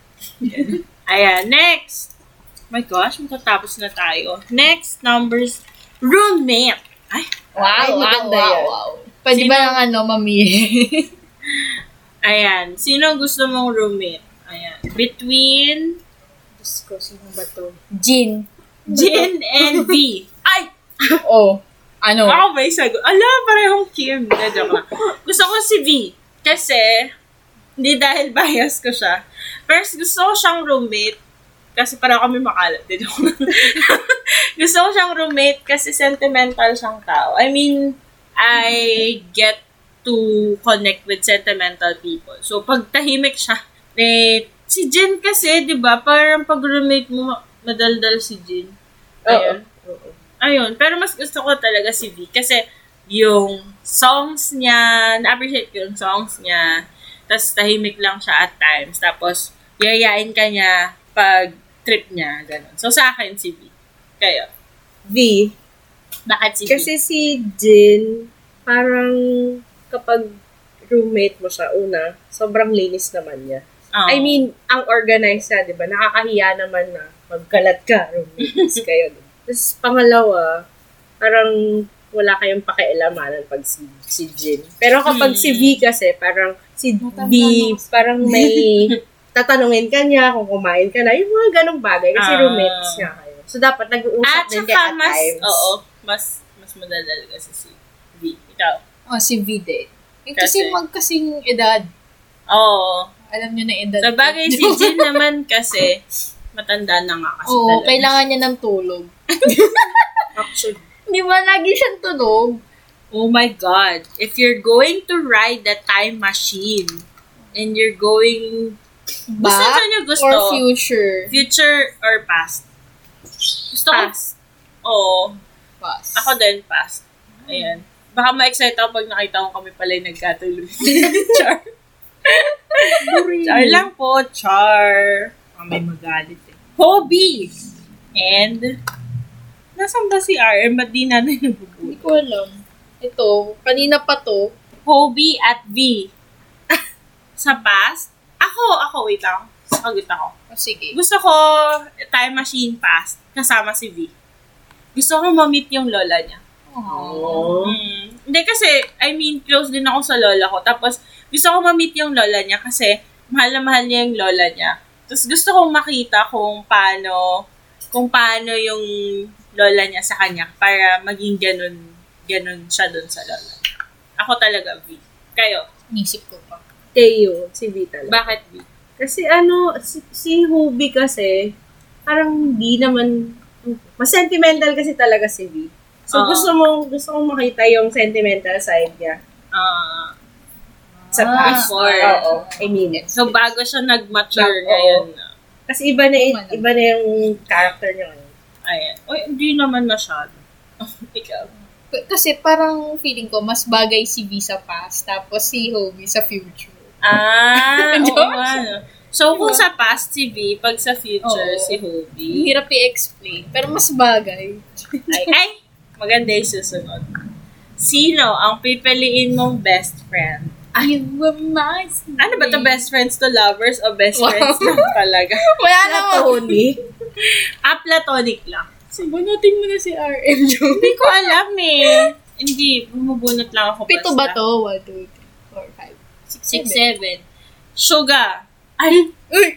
Ayan, next! My gosh, matatapos na tayo. Next, numbers, roommate. Ay,
Wow, wow,
maganda
wow,
yan.
wow. Pwede ba ng ano, mami?
ayan. Sino ang gusto mong roommate? Ayan. Between
Diyos ko, sino ba to?
Jean.
Jin and V. Ay!
Oh. Ano?
Ako may sagot. Ala, parehong Kim. Na joke lang. Gusto ko si V. Kasi, hindi dahil bias ko siya. First, gusto ko siyang roommate. Kasi para kami makalat. Na joke lang. gusto ko siyang roommate kasi sentimental siyang tao. I mean, I get to connect with sentimental people. So, pag tahimik siya, eh, si Jin kasi, di ba, parang pag roommate mo, madaldal si Jin. Ayun.
Oo.
Ayun, pero mas gusto ko talaga si V kasi yung songs niya, na-appreciate ko yung songs niya. Tapos tahimik lang siya at times. Tapos yayain ka niya pag trip niya, ganun. So sa akin si V. Kayo,
V.
bakit si V?
Kasi si Jin, parang kapag roommate mo siya, una, sobrang linis naman niya.
Oh.
I mean, ang organized siya, di ba? Nakakahiya naman na magkalat ka, roommates kayo. di ba? Tapos pangalawa, parang wala kayong pakialamanan pag si, si Jin. Pero kapag si V
Hmm.
kasi, parang si V, parang may tatanungin ka niya kung kumain ka na. Yung mga ganong bagay. Kasi
Ah.
roommates niya kayo. So, dapat nag-uusap
at
din kayo
saka
at
mas,
times.
oo, mas, mas madadal kasi si V. Ikaw.
Oh, si V din. Eh,
Kasi-
kasi magkasing edad.
Oo.
Alam niyo na edad.
Sa bagay si Jin naman kasi, matanda na nga kasi
Oo,
talaga.
kailangan niya ng tulog.
Actually,
Di ba lagi siyang tulog?
Oh my God. If you're going to ride the time machine and you're going
Ba?
Gusto saan niya gusto?
Or future?
future or past? Gusto
Past.
ko. Oo.
Past.
Ako din past. Ayan. Baka ma-excite ako pag nakita ko kami pala yung nagkatuloy. char. char lang po. Char. Baka may magalit eh. Hobbies! And, nasan ba si RM? Ba't di natin nagugulo?
Hindi ko alam. Ito, kanina pa to.
Hobie at V. sa past? Ako, ako, wait lang. Sa sasagot ako.
Oh, sige.
Gusto ko time machine past kasama si V. Gusto ko ma-meet yung lola niya.
Oo.
Mm. Hindi kasi, I mean, close din ako sa lola ko. Tapos, gusto ko ma-meet yung lola niya kasi mahal na mahal niya yung lola niya. Tapos gusto kong makita kung paano, kung paano yung lola niya sa kanya para maging ganun, ganun siya dun sa lola. niya. Ako talaga, V. Kayo,
Inisip ko pa.
Teo, si Vita lang.
bakit V?
Kasi ano, si, si Hubie kasi, parang di naman, mas sentimental kasi talaga si V. So,
Oo.
gusto mong, gusto kong makita yung sentimental side niya.
Ah,
Ah,
Sa
Ah,
past.
before.
Oo, I mean it.
so, bago siya nag-mature
Bago.
ngayon.
Kasi iba na,
Iba na.
iba na yung character niya ngayon.
Ayan. Uy, hindi naman masyado. Ikaw.
K- Kasi parang feeling ko, mas bagay si V sa past, tapos si Hobie sa future.
Ah, oo
Joke.
nga. no. So, kung
Diba?
sa past si V, pag sa future,
Oo.
si Hobie.
Hirap i-explain, pero mas bagay.
Ay, ay, maganda yung susunod. Sino ang pipiliin mong best friend?
I were my
Ano ba to best friends to lovers o best
Wow.
friends lang talaga?
Wala na
Ano
mo.
Tony?
Ah, platonic lang.
Bunutin mo na si RM Jones.
Hindi ko alam eh. Hindi, bumubunot lang ako.
Pito ba to? One, two, three, four, five.
6, 7. Suga. Ay,
Uy!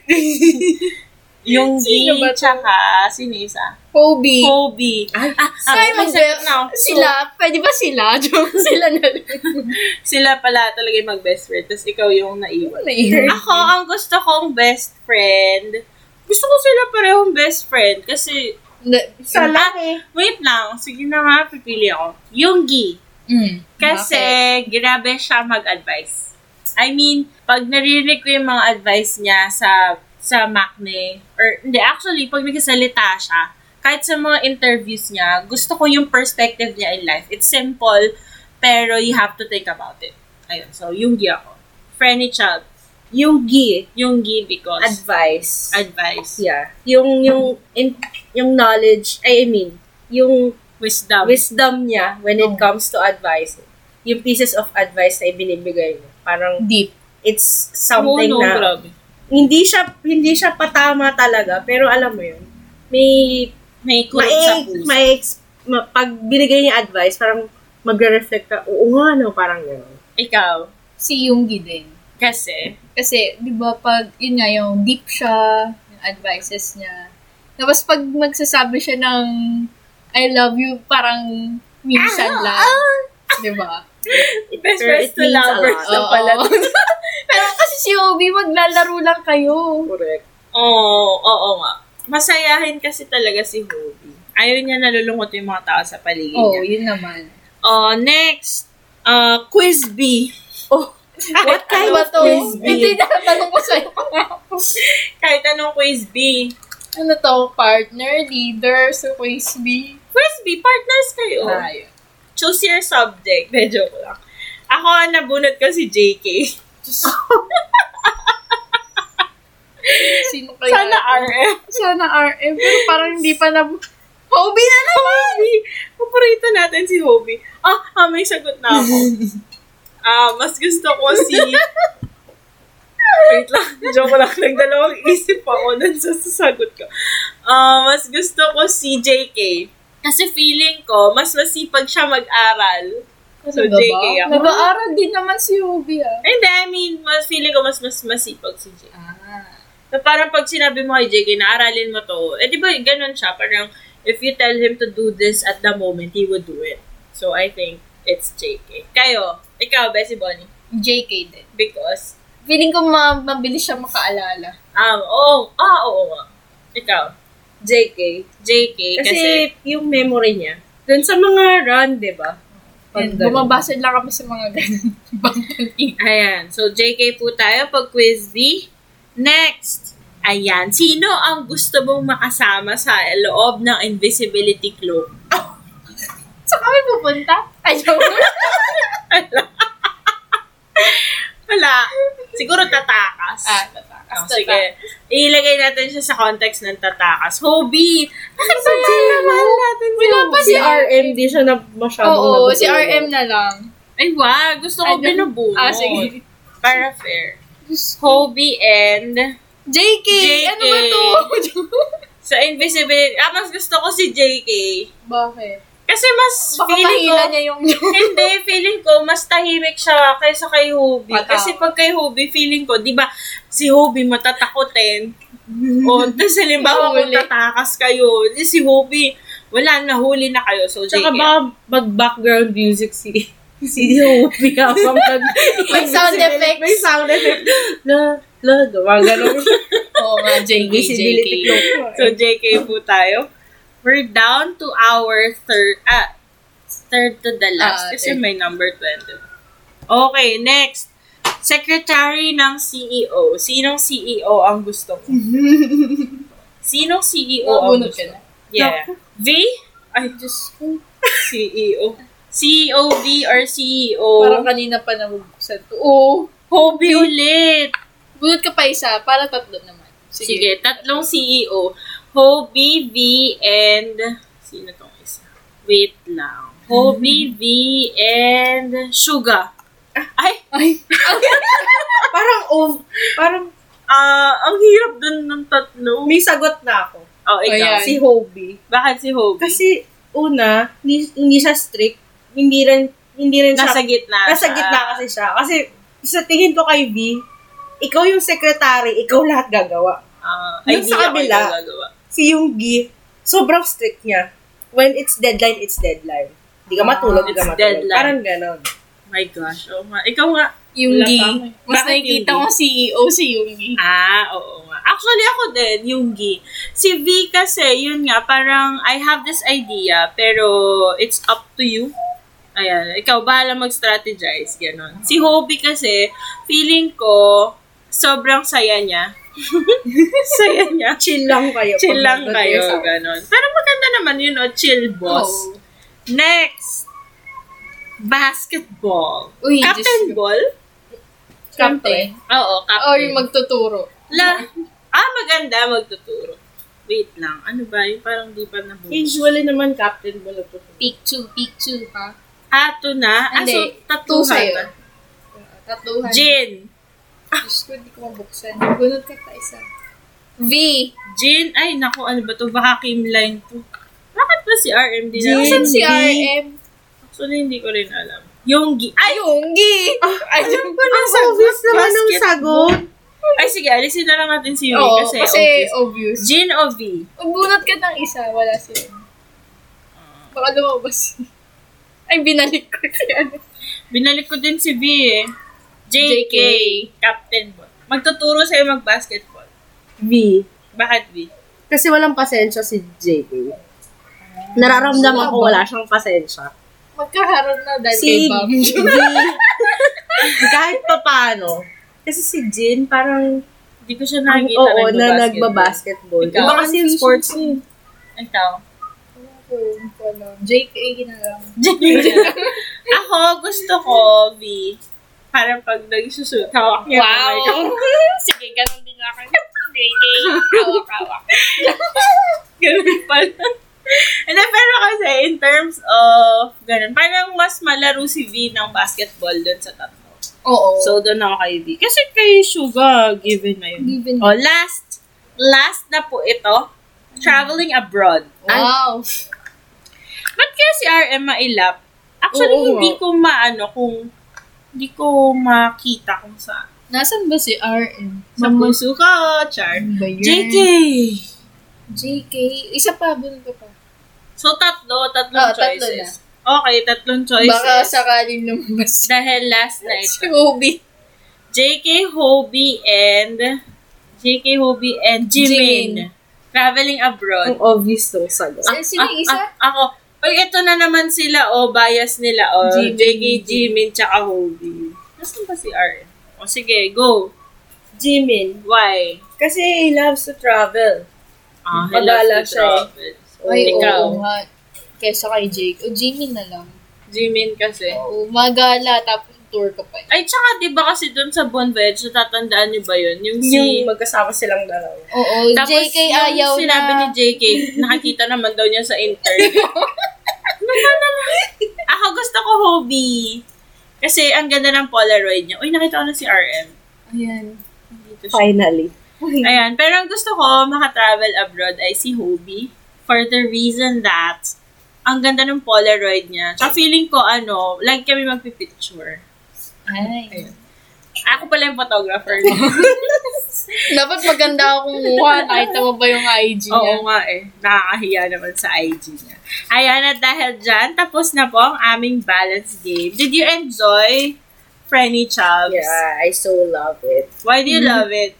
yung V,
Sino ba to?
tsaka sinisa.
Hobie.
Hobie. Ay, ah,
Sorry, mag
na.
Sila, pwede ba sila? Joke sila na lang.
sila pala talaga yung mag-best friend, tapos ikaw yung naiwan.
Naiiyak.
Ako, ang gusto kong best friend, gusto ko sila parehong best friend kasi,
Na-
sa laki. Wait lang, sige na nga, pipili ako. Yung Gi.
Mm.
Kasi, grabe siya mag-advise. I mean, pag naririnig ko yung mga advice niya sa sa Macne, or hindi, actually, pag nagsasalita siya, kahit sa mga interviews niya, gusto ko yung perspective niya in life. It's simple, pero you have to think about it. Ayun, so, yung gi ako. Friendly child,
Yung gi,
yung gi because
advice.
advice,
yeah. Yung, yung, in, yung knowledge, ay, I mean, yung
wisdom.
wisdom niya when it
Oh.
Mm.
comes to advice. Yung pieces of advice na ibinibigay niya. Parang,
Deep.
it's something
Oo, Oh, no,
na
grabe.
hindi siya hindi siya patama talaga pero alam mo yun may
May kurot sa
may,
puso.
may ex, ma, pag binigay niya advice parang magre-reflect ka oo nga no parang gano'n.
Ikaw,
Si Yunggi din.
kasi,
Kasi, di ba, pag, yun nga, yung deep siya, yung advices niya. Tapos, pag magsasabi siya ng, I love you, parang, minsan
Ah,
lang. Di ba?
best
Pero
friends
it
to
means a
lovers
lot. Oh,
na pala.
Oo. Pero kasi si Obi, maglalaro lang kayo.
correct
Oo, oo nga. Masayahin kasi talaga si Hobie. Ayaw niya nalulungkot yung mga tao sa paligid
Oo, oh,
niya.
yun naman.
Oh, next, uh, Quiz B.
oh what kind
ba
of
Ah, ano to?
quiz
Hindi
bee?
na, tanong ko sa'yo pa nga.
Kahit anong Quiz B.
Ano to? Partner, leader, so quiz B.
Quiz B, partners kayo.
Tayo.
Choose your subject. De, joke lang. Ako, ang nabunot ko si JK.
Sino kaya?
Sana RM.
Sana RM. Pero parang hindi pa na... Hobie na naman!
Hobie. Paborito natin si Hobie. Ah, ah, may sagot na ako. Ah, mas gusto ko si... Wait lang. Joke lang. Nagdalawang isip ako dun sa sasagot ko. Ah, mas gusto ko si JK. Kasi feeling ko, mas masipag siya mag-aral. So,
Ano ba?
JK ako.
Nag-aaral din naman si Hobie ah.
Hindi, I mean, mas feeling ko mas, mas masipag si JK.
Ah.
So, parang pag sinabi mo kay JK na aralin mo to, eh di ba ganun siya, parang if you tell him to do this at the moment, he would do it. So I think it's JK. Kayo, ikaw, Bessie Bonnie,
JK din.
because,
Feeling ko ma- mabilis siya makaalala.
um, oh, ah, oo nga. Ikaw,
JK
JK,
kasi,
kasi,
yung memory niya dun sa mga run di ba
Yun,
Pag-
Bumabasad lang kami sa mga ganun. Ibang talig.
ayan, so JK po tayo pag quiz B. Next, ayan, sino ang gusto mong makasama sa loob ng invisibility cloak?
Saan kami pupunta? Ayaw.
Wala. Siguro tatakas.
ah, tatakas.
Oh, sige. Ilagay natin siya sa context ng tatakas. Hobie! Bakit ba
wala
natin
Wala pa
si RM di siya na masyadong
Oo, si
nabubulong.
RM na lang.
Ay, wag. Gusto ko
Ano?
binubunot.
Ah, sige.
Para fair. Hobie and
JK! Ano ba to?
Sa invisibility, ah, mas gusto ko si JK.
Bakit?
Kasi mas
Baka
feeling ko,
mahila niya yung
hindi, feeling ko, mas tahimik siya kaysa kay Hobie.
Pataw.
Kasi pag kay Hobie, feeling ko, di ba, si Hobie matatakotin. o, tapos halimbawa kung
Huli.
tatakas kayo, di si Hobie, wala, nahuli na kayo. So,
Tsaka
JK.
baka mag-background music si si Hopi habang nag
May sound effects.
May sound effect. La, la, gawa ganun.
Oo nga, JK, JK.
Visibility cloak.
So, JK po tayo. We're down to our third, ah, third to the last.
Ah,
kasi
third.
may number 20. Okay, next. Secretary ng CEO. Sinong CEO ang gusto mo? Sinong CEO ang
Nabunod
gusto
ka
mo?
na.
Yeah. V? Ay,
Diyos ko.
CEO. CEO, E V, or E CEO?
Parang kanina pa nabubuksan to. Oo.
Hobie ulit.
Bunot ka pa isa para tatlo naman.
Sige. tatlong CEO. Hobie, V, and... Sino tong isa? Wait lang. Hobie, V, and... Suga. Ay!
Ay,
Parang, oh, parang
Ah, ang hirap dun ng tatlo.
may sagot na ako.
Oh, ikaw.
Ayan.
Si Hobi.
Bakit si Hobie?
Kasi, una, hindi, hindi siya strict. Hindi rin, hindi rin siya
nasa gitna.
Nasa
siya.
gitna kasi siya. Kasi sa tingin ko kay B, ikaw yung secretary, ikaw lahat gagawa.
Ah, ay,
Yung sa
di ako
kabila.
yung gagawa.
Si yung G, sobrang strict niya. When it's deadline, it's deadline. Hindi ka matulog, hindi
Ah, it's
ka matulog.
deadline.
Parang ganon.
My gosh. Oh, nga. Ikaw nga.
yung
Wala
G.
tama eh.
Mas
Bakit
nakikita
yung
ko CEO si Yungi.
Ah, oo nga. Actually, ako din, yung G. Si V kasi, yun nga, parang I have this idea, pero it's up to you. Ayan, ikaw, bahala mag-strategize, ganon. Si Hobie kasi, feeling ko, sobrang saya niya. saya niya.
Chill lang kayo.
Chill
Pag
lang
nandun
kayo,
sa-
ganon. Pero maganda naman yun, oh, chill boss. Next! Basketball.
Uy,
Captain
Captain.
Ball?
Captain.
Oo, Captain.
Or yung magtuturo.
La, ah, maganda magtuturo. Wait lang, ano ba? Yung parang di pa nabuo.
Usually naman, captain mo lang po.
Pick two, pick two, ha?
Ah, to na. Ah,
Hindi.
so,
Two
tatlo
sa'yo.
na.
Tatluhan.
Jin.
Diyos ko, hindi ko mabuksan. Bunot ka pa isa. V.
Jin, ay, naku, ano ba to? Baka Kim Line to. Bakit ba si RM din?
Jin.
Saan si
V.
RM?
Actually, hindi ko rin alam. Yonggi. Ay,
Ay, Yungi! Ay,
alam ko na
Ang
sa
obvious naman ang
basketball.
sagot.
Ay, sige, alisin na lang natin si Yuri
Oo,
kasi,
kasi,
obvious.
obvious.
Jin o V?
Bunot ka ng isa, wala si Yungi.
Ah.
Baka lumabas. Ay, binalik ko si ano.
Binalik ko din si V eh. JK.
JK.
Captain Ball. Magtuturo sa'yo mag-basketball.
V.
Bakit V?
Kasi walang pasensya si JK. Nararamdaman
Sino
ko
ba?
wala siyang pasensya.
Magkaharap na dahil kay
si
Bam.
Jin, kahit pa paano, kasi si Jin parang,
Hindi ko siya
ang,
nakikita
oo,
nagbabasketball.
na nagbabasketball.
Ikaw?
Iba kasi yung sports
eh.
niya.
Ikaw.
JK na lang.
ako, gusto ko, V. Parang pag nagsusuot, hawak niya. oh
Wow!
kamay ko.
Sige, ganun din ako. JK, hawak-hawak.
Ganun pala. Hindi, pero kasi in terms of ganun, parang mas malaro si V ng basketball dun sa tatlo.
Oo.
So, doon ako kay V. Kasi kay Suga, given na yun.
Given.
Oh, last, last na po ito, traveling abroad.
Ah, wow.
Ba't kaya si RM mailap? Actually,
Oo,
hindi ko maano kung, hindi ko makita kung saan.
Nasaan ba si RM?
Sa puso ko, Char.
Ano ba yun?
JK!
JK. Isa pa, bunot ka pa.
So, tatlo, tatlong
Ah, tatlo
choices. Okay, tatlong choices.
Baka sakaling lumabas.
Dahil last na
Si
ito.
Obi.
JK, Hobie, and... JK, Hobie, and Jimin.
Jimin.
Traveling abroad.
Ang obvious nung sagot.
Sa- Sino yung isa?
Ah, ako. Uy, ito na naman sila, o, bias nila, o.
Jimin.
JK, Jimin, tsaka Hobie. Nasaan ba si RM? O, sige, go.
Jimin.
Why?
Kasi he loves to travel.
Ah, he
Magala
loves to
siya.
travel.
Hmm. Ay,
Oh, Ikaw.
oo nga. Kesa kay Jake. O, Jimmy na lang.
Jimin kasi.
Oo, magala tapos tour ka pa.
Ay, tsaka di ba kasi dun sa Bon Voyage, natatandaan niyo ba yun? Yung si...
Yung magkasama silang dalawa.
Oo,
tapos
JK
yung
ayaw
sinabi
na.
ni JK, nakakita naman daw niya sa intern. Ako gusto ko Hobie. Kasi ang ganda ng Polaroid niya. Uy, nakita ko na si RM.
Ayan.
Dito siya.
Finally.
Ayan. Pero ang gusto ko makatravel abroad ay si Hobie. For the reason that, ang ganda ng Polaroid niya. Tsaka feeling ko, ano, lagi kami magpipicture.
Ay.
Ako pala yung photographer.
Dapat maganda akong kumuha. Nakita mo ba yung IG niya?
Oo nga eh. Nakakahiya naman sa IG niya. Ayan, at dahil dyan, tapos na po ang aming balance game. Did you enjoy Frenny Chubbs?
Yeah, I so love it.
Why do you love it?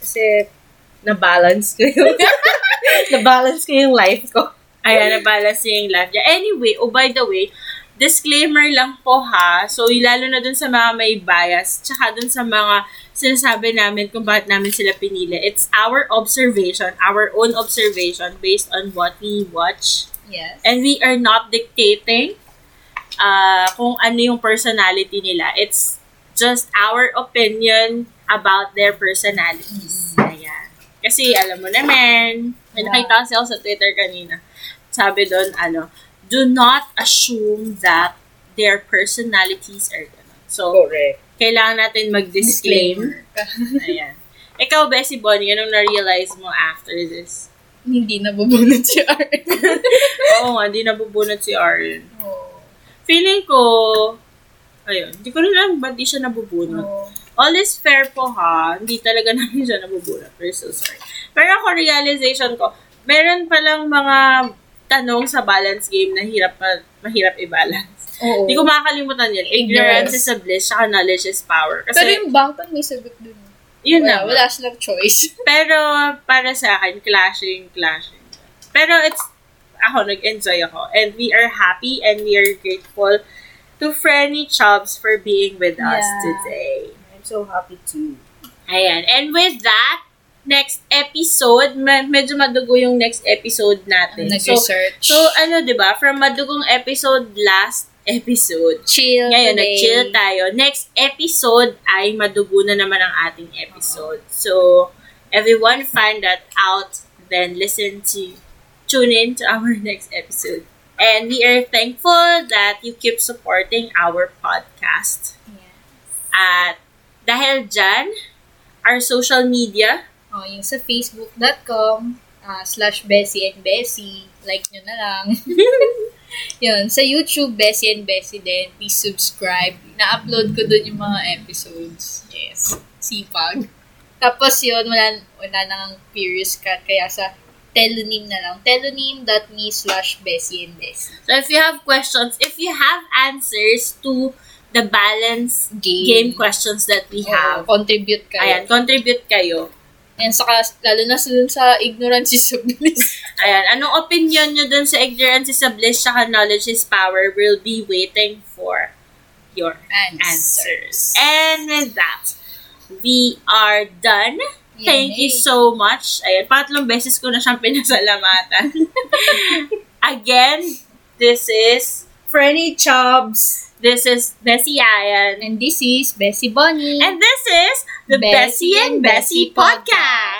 Kasi, na-balance ko yung, na-balance ko yung life ko.
Ayan, nabalance niya yung ano life niya. Anyway, oh by the way, disclaimer lang po ha. So, lalo na dun sa mga may bias, tsaka dun sa mga sinasabi namin kung bakit namin sila pinili. It's our observation, our own observation based on what we watch.
Yes.
And we are not dictating uh, kung ano yung personality nila. It's just our opinion about their personalities. Ayan. Kasi alam mo naman, may
Yeah.
nakita kasi ako sa Twitter kanina. Sabi doon, ano, do not assume that their personalities are ganun. So,
Correct.
kailangan natin mag-disclaim. Ayan. Ikaw, Bessie Bonnie, anong na-realize mo after this?
Hindi nabubunot si Art.
Oo nga, di nabubunot si Arlen.
Oo.
Feeling ko, ayun, hindi ko rin alam ba't di siya nabubunot.
Oo.
All is fair po ha, hindi talaga namin siya nabubunot. We're so sorry. Pero ako, realization ko, meron palang mga tanong sa balance game na hirap ma- mahirap i-balance.
Oo.
Hindi ko makakalimutan yun. Ignorance is a bliss, saka knowledge is power. Kasi,
Pero yung bangtan may sagot dun.
yun na.
Wala, wala silang choice.
Pero, para sa akin, clashing, clashing. Pero, it's, ako, nag-enjoy ako. And we are happy and we are grateful to Franny Chubbs for being with us
Yeah.
today.
I'm so happy too.
Ayan. And with that, next episode, me- medyo madugo yung next episode natin. So,
Nag-research.
so, ano, di ba? From madugong episode, last episode.
chill
Ngayon,
today.
nag-chill tayo. Next episode ay madugo na naman ang ating episode. So, everyone find that out. Then, listen to, tune in to our next episode. And we are thankful that you keep supporting our podcast.
Yeah.
At dahil dyan, our social media,
Oh, yung sa facebook.com ah, slash Bessie and Bessie. Like nyo na lang. yun. Sa YouTube, Bessie and Bessie din. Please subscribe. Na-upload ko dun yung mga episodes. Yes. Sipag. Tapos yun, wala, wala nang curious cat. Kaya sa telonym na lang. telonym.me slash Bessie and Bessie.
so if you have questions, if you have answers to the balance
Game.
game questions that we
Oh,
have,
contribute kayo.
ayan, contribute kayo.
And saka, lalo na sa, dun sa ignorance is a bliss.
Ayan, anong opinion nyo dun sa ignorance is a bliss saka knowledge is power? We'll be waiting for your answers. And with that, we are done. Thank you
eh.
so much. Ayan, pangatlong beses ko na siyang pinasalamatan. Again, this is,
Frenny Chubbs.
this is Bessie Ayan.
And this is Bessie Bonnie.
And this is the Bessie and Bessie Podcast.